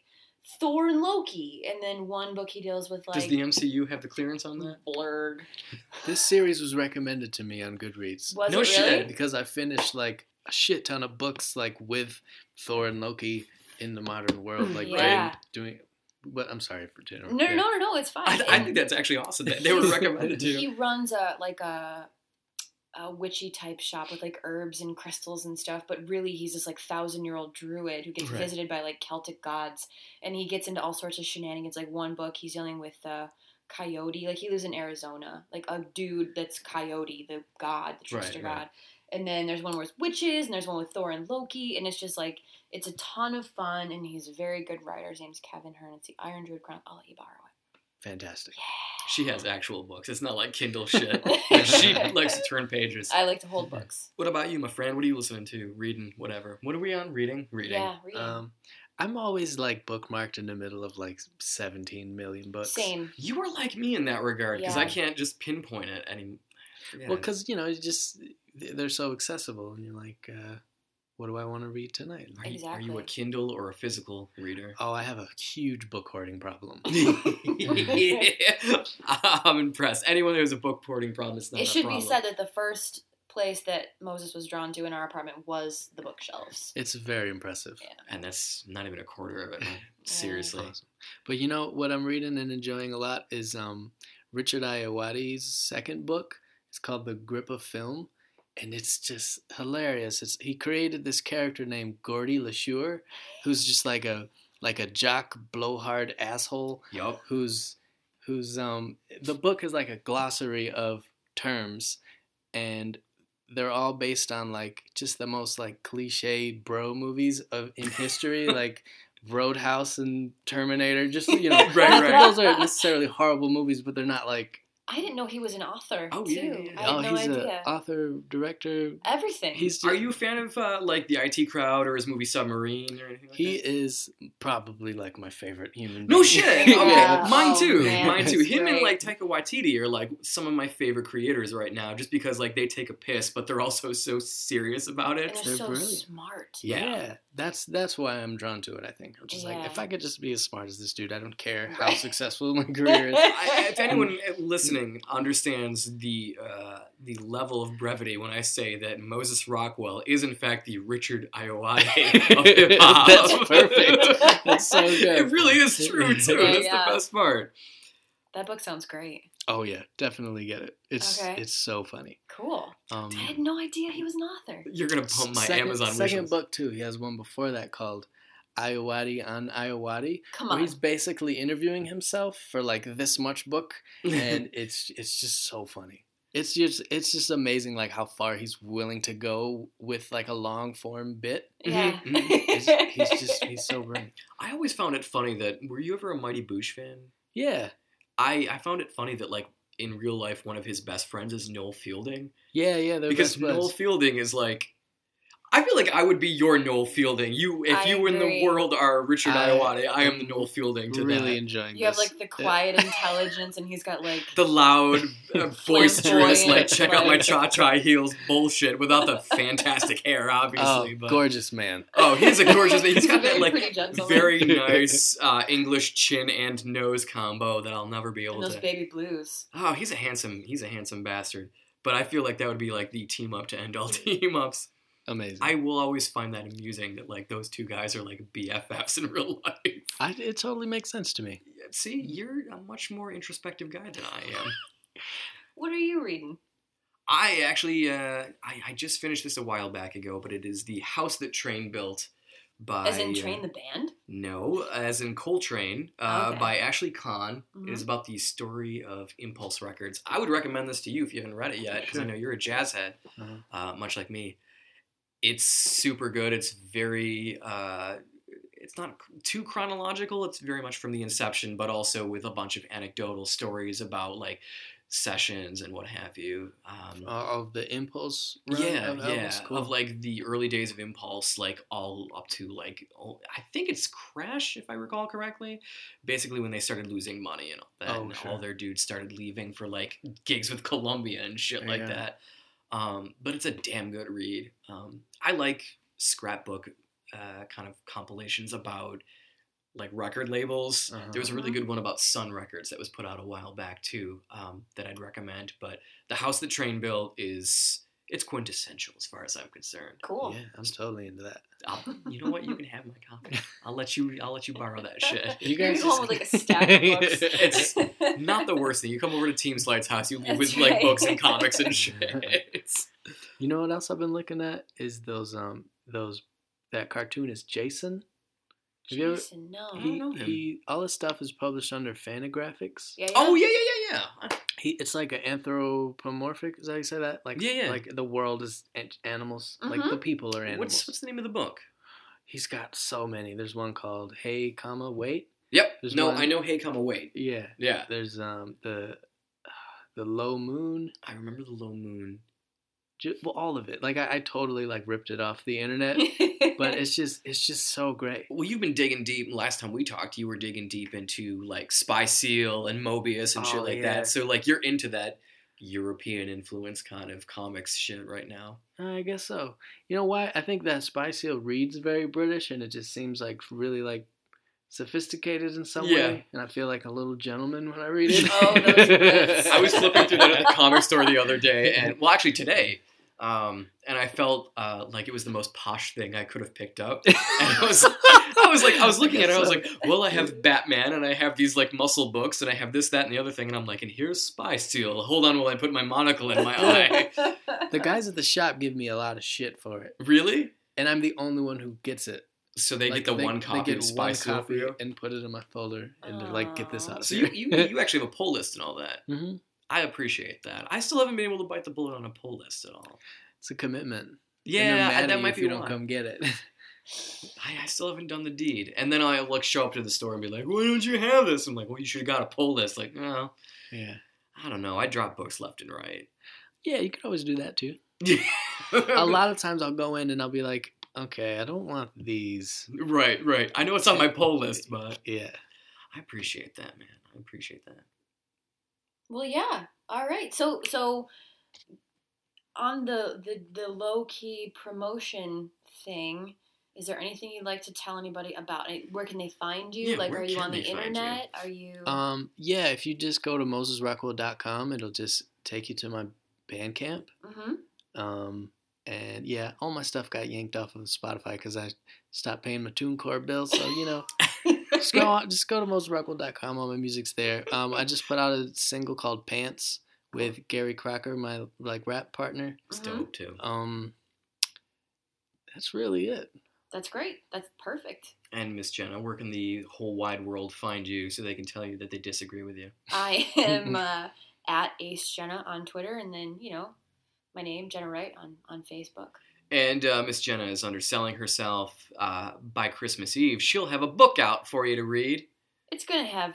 Speaker 3: Thor and Loki, and then one book he deals with
Speaker 2: Does
Speaker 3: like
Speaker 2: the MCU have the clearance on that?
Speaker 3: Blurg.
Speaker 4: This series was recommended to me on Goodreads.
Speaker 3: Was
Speaker 2: No
Speaker 3: it really?
Speaker 2: shit.
Speaker 4: because I finished like a shit ton of books like with Thor and Loki in the modern world, like
Speaker 3: Yeah.
Speaker 4: doing, doing. But I'm sorry for dinner.
Speaker 3: No, no, no, no, no. It's fine.
Speaker 2: I, I think that's actually awesome. That they were recommended to.
Speaker 3: he runs a like a a witchy type shop with like herbs and crystals and stuff, but really he's this like thousand year old druid who gets
Speaker 4: Right.
Speaker 3: visited by like Celtic gods, and he gets into all sorts of shenanigans. Like one book, he's dealing with a coyote, like he lives in Arizona, like a dude that's coyote, the god, the
Speaker 4: Right,
Speaker 3: trickster
Speaker 4: right.
Speaker 3: god. And then there's one where it's witches, and there's one with Thor and Loki, and it's just like it's a ton of fun, and he's a very good writer. His name's Kevin Hearn. It's the Iron Druid Chronicle. I'll let you borrow it.
Speaker 4: Fantastic.
Speaker 2: She has actual books. It's not like Kindle shit. Like, she likes to turn pages.
Speaker 3: I like to hold books.
Speaker 2: What about you, my friend? What are you listening to? Reading, whatever. What are we on? Reading? Reading.
Speaker 3: Yeah, reading.
Speaker 4: Um, I'm always like bookmarked in the middle of like 17 million books.
Speaker 3: Same.
Speaker 2: You are like me in that regard because I
Speaker 3: Yeah.
Speaker 2: can't just pinpoint it any. Yeah.
Speaker 4: Well, because you know, you just they're so accessible, and you're like, uh, what do I want to read tonight?
Speaker 2: are, you, are you a
Speaker 3: Exactly.
Speaker 2: Kindle or a physical reader?
Speaker 4: Oh, I have a huge book hoarding problem.
Speaker 2: I'm impressed. Anyone who has a book porting problem, it's not a
Speaker 3: It should
Speaker 2: problem.
Speaker 3: be said that the first place that Moses was drawn to in our apartment was the bookshelves.
Speaker 4: It's very impressive.
Speaker 3: Yeah.
Speaker 2: and that's not even a quarter of it. man. Seriously.
Speaker 4: Awesome. But you know what I'm reading and enjoying a lot is um, Richard Iowati's second book. It's called The Grip of Film, and it's just hilarious. It's he created this character named Gordy LeSure, who's just like a like a jock blowhard asshole
Speaker 2: Yup.
Speaker 4: who's who's um the book is like a glossary of terms and they're all based on like just the most like cliche bro movies of in history like Roadhouse and Terminator just you know
Speaker 2: Right,
Speaker 4: not that
Speaker 2: right.
Speaker 4: those aren't necessarily horrible movies but they're not like
Speaker 3: I didn't know he was an author
Speaker 2: Oh,
Speaker 3: too.
Speaker 2: yeah, yeah, yeah.
Speaker 3: I had
Speaker 4: oh
Speaker 3: no
Speaker 4: he's
Speaker 3: idea.
Speaker 4: a author director
Speaker 3: Everything.
Speaker 4: he's just,
Speaker 2: Are you a fan of uh, like the IT crowd or his movie Submarine or anything like
Speaker 4: he
Speaker 2: that?
Speaker 4: is probably like my favorite human
Speaker 2: No
Speaker 4: being.
Speaker 2: shit.
Speaker 4: Yeah.
Speaker 2: Okay,
Speaker 3: Yeah.
Speaker 2: mine
Speaker 3: Oh,
Speaker 2: too.
Speaker 3: man,
Speaker 2: mine too.
Speaker 3: that's
Speaker 2: Him and
Speaker 3: great.
Speaker 2: like Taika Waititi are like some of my favorite creators right now, just because like they take a piss, but they're also so serious about
Speaker 3: and
Speaker 2: it.
Speaker 3: they're
Speaker 4: they're
Speaker 3: so
Speaker 4: brilliant.
Speaker 3: smart.
Speaker 2: Yeah.
Speaker 4: that's that's why I'm drawn to it. I think I'm just like
Speaker 3: Yeah.
Speaker 4: if I could just be as smart as this dude, I don't care how
Speaker 3: Right.
Speaker 4: successful my career is.
Speaker 2: I, if
Speaker 4: Um,
Speaker 2: anyone eh, listening understands the uh, the level of brevity when I say that Moses Rockwell is in fact the Richard Iowati of hip hop,
Speaker 4: That's perfect. That's so
Speaker 2: It
Speaker 4: good.
Speaker 2: really is true too.
Speaker 3: Yeah,
Speaker 2: That's
Speaker 3: yeah.
Speaker 2: the best part.
Speaker 3: That book sounds great.
Speaker 4: Oh yeah, definitely get it. It's
Speaker 3: Okay.
Speaker 4: it's so funny.
Speaker 3: Cool.
Speaker 4: Um,
Speaker 2: Mm.
Speaker 3: I had no idea he was an author.
Speaker 2: You're gonna pump my
Speaker 4: second,
Speaker 2: Amazon
Speaker 4: second
Speaker 2: wishlist.
Speaker 4: book too. He has one before that called Iowati on Iowati,
Speaker 2: Oh,
Speaker 3: Come
Speaker 4: where
Speaker 3: on.
Speaker 4: he's basically interviewing himself for like this much book, and it's it's just so funny. It's just it's just amazing like how far he's willing to go with like a long form bit.
Speaker 3: Yeah.
Speaker 2: mhm.
Speaker 4: He's, he's just he's so brilliant.
Speaker 2: I always found it funny that were you ever a Mighty Boosh fan?
Speaker 4: Yeah,
Speaker 2: I I found it funny that like in real life one of his best friends is Noel Fielding
Speaker 4: yeah, yeah. They're
Speaker 2: because
Speaker 4: best buds.
Speaker 2: Noel Fielding is like I feel like I would be your Noel Fielding. You if
Speaker 3: I
Speaker 2: you in the
Speaker 3: agree.
Speaker 2: world are Richard
Speaker 4: I-
Speaker 2: Iowati, I am the Noel Fielding to
Speaker 4: really
Speaker 2: really
Speaker 4: enjoying.
Speaker 3: you have
Speaker 4: this.
Speaker 3: like the quiet intelligence, and he's got like
Speaker 2: the loud, uh, boisterous,
Speaker 3: Flamboyant,
Speaker 2: like check out my
Speaker 3: like-
Speaker 2: cha cha heels bullshit without the fantastic hair,
Speaker 4: oh,
Speaker 2: obviously. but
Speaker 4: gorgeous man.
Speaker 2: oh, he's a gorgeous. man. He's
Speaker 3: he's a
Speaker 2: got that
Speaker 3: very
Speaker 2: like
Speaker 3: pretty gentleman.
Speaker 2: very nice uh, English chin and nose combo that I'll never be able
Speaker 3: and those
Speaker 2: to.
Speaker 3: baby blues.
Speaker 2: Oh, he's a handsome he's a handsome bastard. But I feel like that would be like the team up to end all team ups.
Speaker 4: Amazing.
Speaker 2: I will always find that amusing that like those two guys are like BFFs in real life.
Speaker 4: I, it totally makes sense to me.
Speaker 2: See, you're a much more introspective guy than I am.
Speaker 3: What are you reading?
Speaker 2: I actually uh, I, I just finished this a while back ago, but it is the house that Train built by
Speaker 3: As in
Speaker 2: uh,
Speaker 3: Train the Band?
Speaker 2: No, as in Coltrane uh,
Speaker 3: Okay.
Speaker 2: by Ashley Kahn. It is
Speaker 3: Mhm.
Speaker 2: about the story of Impulse Records. I would recommend this to you if you haven't read it yet, because I
Speaker 4: Sure.
Speaker 2: know you're a jazz head,
Speaker 4: Uh-huh.
Speaker 2: uh, much like me. It's super good. It's very. Uh, it's not too chronological. It's very much from the inception, but also with a bunch of anecdotal stories about like sessions and what have you. Um,
Speaker 4: Uh, of the impulse. run
Speaker 2: yeah,
Speaker 4: of
Speaker 2: yeah,
Speaker 4: albums? Cool.
Speaker 2: of like the early days of Impulse, like all up to like all, I think it's Crash, if I recall correctly. Basically, when they started losing money and all that,
Speaker 4: Oh,
Speaker 2: and all
Speaker 4: sure.
Speaker 2: their dudes started leaving for like gigs with Columbia and shit like
Speaker 4: Yeah.
Speaker 2: that. Um, but it's a damn good read. Um, I like scrapbook uh, kind of compilations about like record labels.
Speaker 4: Uh-huh.
Speaker 2: There was a really
Speaker 3: Mhm.
Speaker 2: good one about Sun Records that was put out a while back too um, that I'd recommend. But the house that Train built is it's quintessential as far as I'm concerned.
Speaker 3: Cool.
Speaker 4: Yeah, I'm totally into that.
Speaker 2: I'll, you know what? You can have my copy. I'll let you. I'll let you borrow that shit.
Speaker 4: You
Speaker 3: You're
Speaker 4: guys
Speaker 3: going with like a stack of books.
Speaker 2: It's Not the worst thing. You come over to Team Slide's house, you leave
Speaker 3: That's
Speaker 2: with like
Speaker 3: right.
Speaker 2: books and comics and shit.
Speaker 4: You know what else I've been looking at is those um those that cartoonist Jason. Have you ever-
Speaker 3: Jason, no.
Speaker 2: don't know him.
Speaker 4: He all his stuff is published under Fanagraphics.
Speaker 3: Yeah, yeah.
Speaker 2: Oh yeah, yeah, yeah, yeah.
Speaker 4: He it's like an anthropomorphic. Is that how you say that? Like
Speaker 2: Yeah, yeah.
Speaker 4: Like the world is an- animals. Like
Speaker 3: Mhm.
Speaker 4: the people are animals.
Speaker 2: Mm-hmm. What's what's the name of the book?
Speaker 4: He's got so many. There's one called Hey, comma Wait.
Speaker 2: Yep.
Speaker 4: There's
Speaker 2: no,
Speaker 4: one-
Speaker 2: I know. Hey, come away.
Speaker 4: Yeah.
Speaker 2: Yeah,
Speaker 4: There's um the the Low Moon.
Speaker 2: I remember the Low Moon.
Speaker 4: Ju- well, all of it. Like I, I totally like ripped it off the internet, but it's just it's just so great.
Speaker 2: Well, you've been digging deep. Last time we talked, you were digging deep into like Spy Seal and Mobius and shit
Speaker 4: Oh,
Speaker 2: like
Speaker 4: yeah.
Speaker 2: that. So like you're into that European influence kind of comics shit right now.
Speaker 4: Uh, I guess so. You know why? I think that Spy Seal reads very British, and it just seems like really like sophisticated in some
Speaker 2: Yeah.
Speaker 4: way. And I feel like a little gentleman when I read it.
Speaker 3: Oh, those books.
Speaker 2: I was flipping through the, the comic store the other day, and well, actually today, um, and I felt uh, like it was the most posh thing I could have picked up. And I was, I was like, I was looking at it, I was like, well, I have Batman, and I have these like muscle books, and I have this, that, and the other thing, and I'm like, and here's Spy Steel. Hold on, while I put my monocle in my eye.
Speaker 4: the guys at the shop give me a lot of shit for it,
Speaker 2: really?
Speaker 4: and I'm the only one who gets it.
Speaker 2: So they
Speaker 4: Like,
Speaker 2: get the one copy
Speaker 4: get
Speaker 2: of Spy
Speaker 4: one
Speaker 2: Steel for
Speaker 4: copy
Speaker 2: you.
Speaker 4: and put it in my folder, and they're like, "Get this out of
Speaker 2: So you,
Speaker 4: here."
Speaker 2: you you actually have a pull list and all that.
Speaker 4: Mhm.
Speaker 2: I appreciate that. I still haven't been able to bite the bullet on a pull list at all.
Speaker 4: It's a commitment. And they're
Speaker 2: Yeah,
Speaker 4: mad
Speaker 2: I-
Speaker 4: at
Speaker 2: that
Speaker 4: you
Speaker 2: might
Speaker 4: if
Speaker 2: be
Speaker 4: you don't
Speaker 2: why.
Speaker 4: come get it.
Speaker 2: I, I still haven't done the deed. And then I like show up to the store and be like, why don't you have this? I'm like, well, you should have got a pull list. Like, no,
Speaker 4: yeah,
Speaker 2: I don't know. I drop books left and right.
Speaker 4: yeah, you could always do that too.
Speaker 2: Oh,
Speaker 4: a lot of times I'll go in and I'll be like, okay, I don't want these.
Speaker 2: Right, right. I know it's on my pull list, but
Speaker 4: Yeah.
Speaker 2: I appreciate that, man. I appreciate that.
Speaker 3: well, yeah. All right. So, so on the the the low key promotion thing, is there anything you'd like to tell anybody about? it? Where can they find you?
Speaker 2: Yeah,
Speaker 3: like,
Speaker 2: where
Speaker 3: are you
Speaker 2: can
Speaker 3: on the
Speaker 2: they find you? Uh,
Speaker 3: internet? Are you?
Speaker 4: Um, yeah, if you just go to mosesrockwell.com, it'll just take you to my Bandcamp.
Speaker 3: hmm
Speaker 4: Um, and yeah, all my stuff got yanked off of Spotify because I stopped paying my TuneCore bill. So, you know, just go, on, just go to mosesrockwell.com. All my music's there. Um, I just put out a single called Pants with Gary Crocker, my like rap partner.
Speaker 2: It's
Speaker 3: Mhm.
Speaker 2: dope, too.
Speaker 4: Um, that's really it.
Speaker 3: That's great. That's perfect.
Speaker 2: And Miss Jenna, where can the whole wide world find you so they can tell you that they disagree with you?
Speaker 3: I
Speaker 2: Mm-hmm.
Speaker 3: am uh, at Ace Jenna on Twitter, and then you know my name Jenna Wright on on Facebook.
Speaker 2: And uh, Miss Jenna is underselling herself. Uh, by Christmas Eve, she'll have a book out for you to read.
Speaker 3: It's gonna have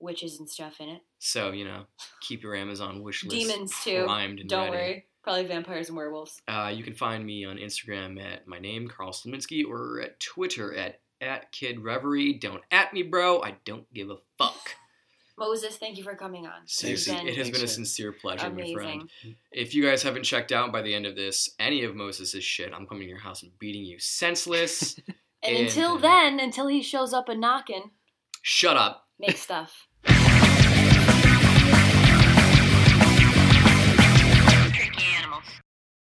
Speaker 3: witches and stuff in it.
Speaker 2: So, you know, keep your Amazon wish list.
Speaker 3: Demons too.
Speaker 2: primed and
Speaker 3: Don't
Speaker 2: ready.
Speaker 3: worry. Probably vampires and werewolves.
Speaker 2: Uh, you can find me on Instagram at my name, Carl Slominski, or at Twitter at, at Kid Reverie. Don't at me, bro. I don't give a fuck.
Speaker 3: Moses, thank you for coming on.
Speaker 4: Thanks,
Speaker 2: Seriously,
Speaker 3: Ben.
Speaker 2: it has been a
Speaker 4: Thanks, man.
Speaker 2: sincere pleasure,
Speaker 3: Amazing.
Speaker 2: my friend. If you guys haven't checked out by the end of this any of Moses' shit, I'm coming to your house and beating you senseless.
Speaker 3: And
Speaker 2: And,
Speaker 3: until
Speaker 2: uh,
Speaker 3: then, until he shows up a knocking,
Speaker 2: Shut up.
Speaker 3: make stuff.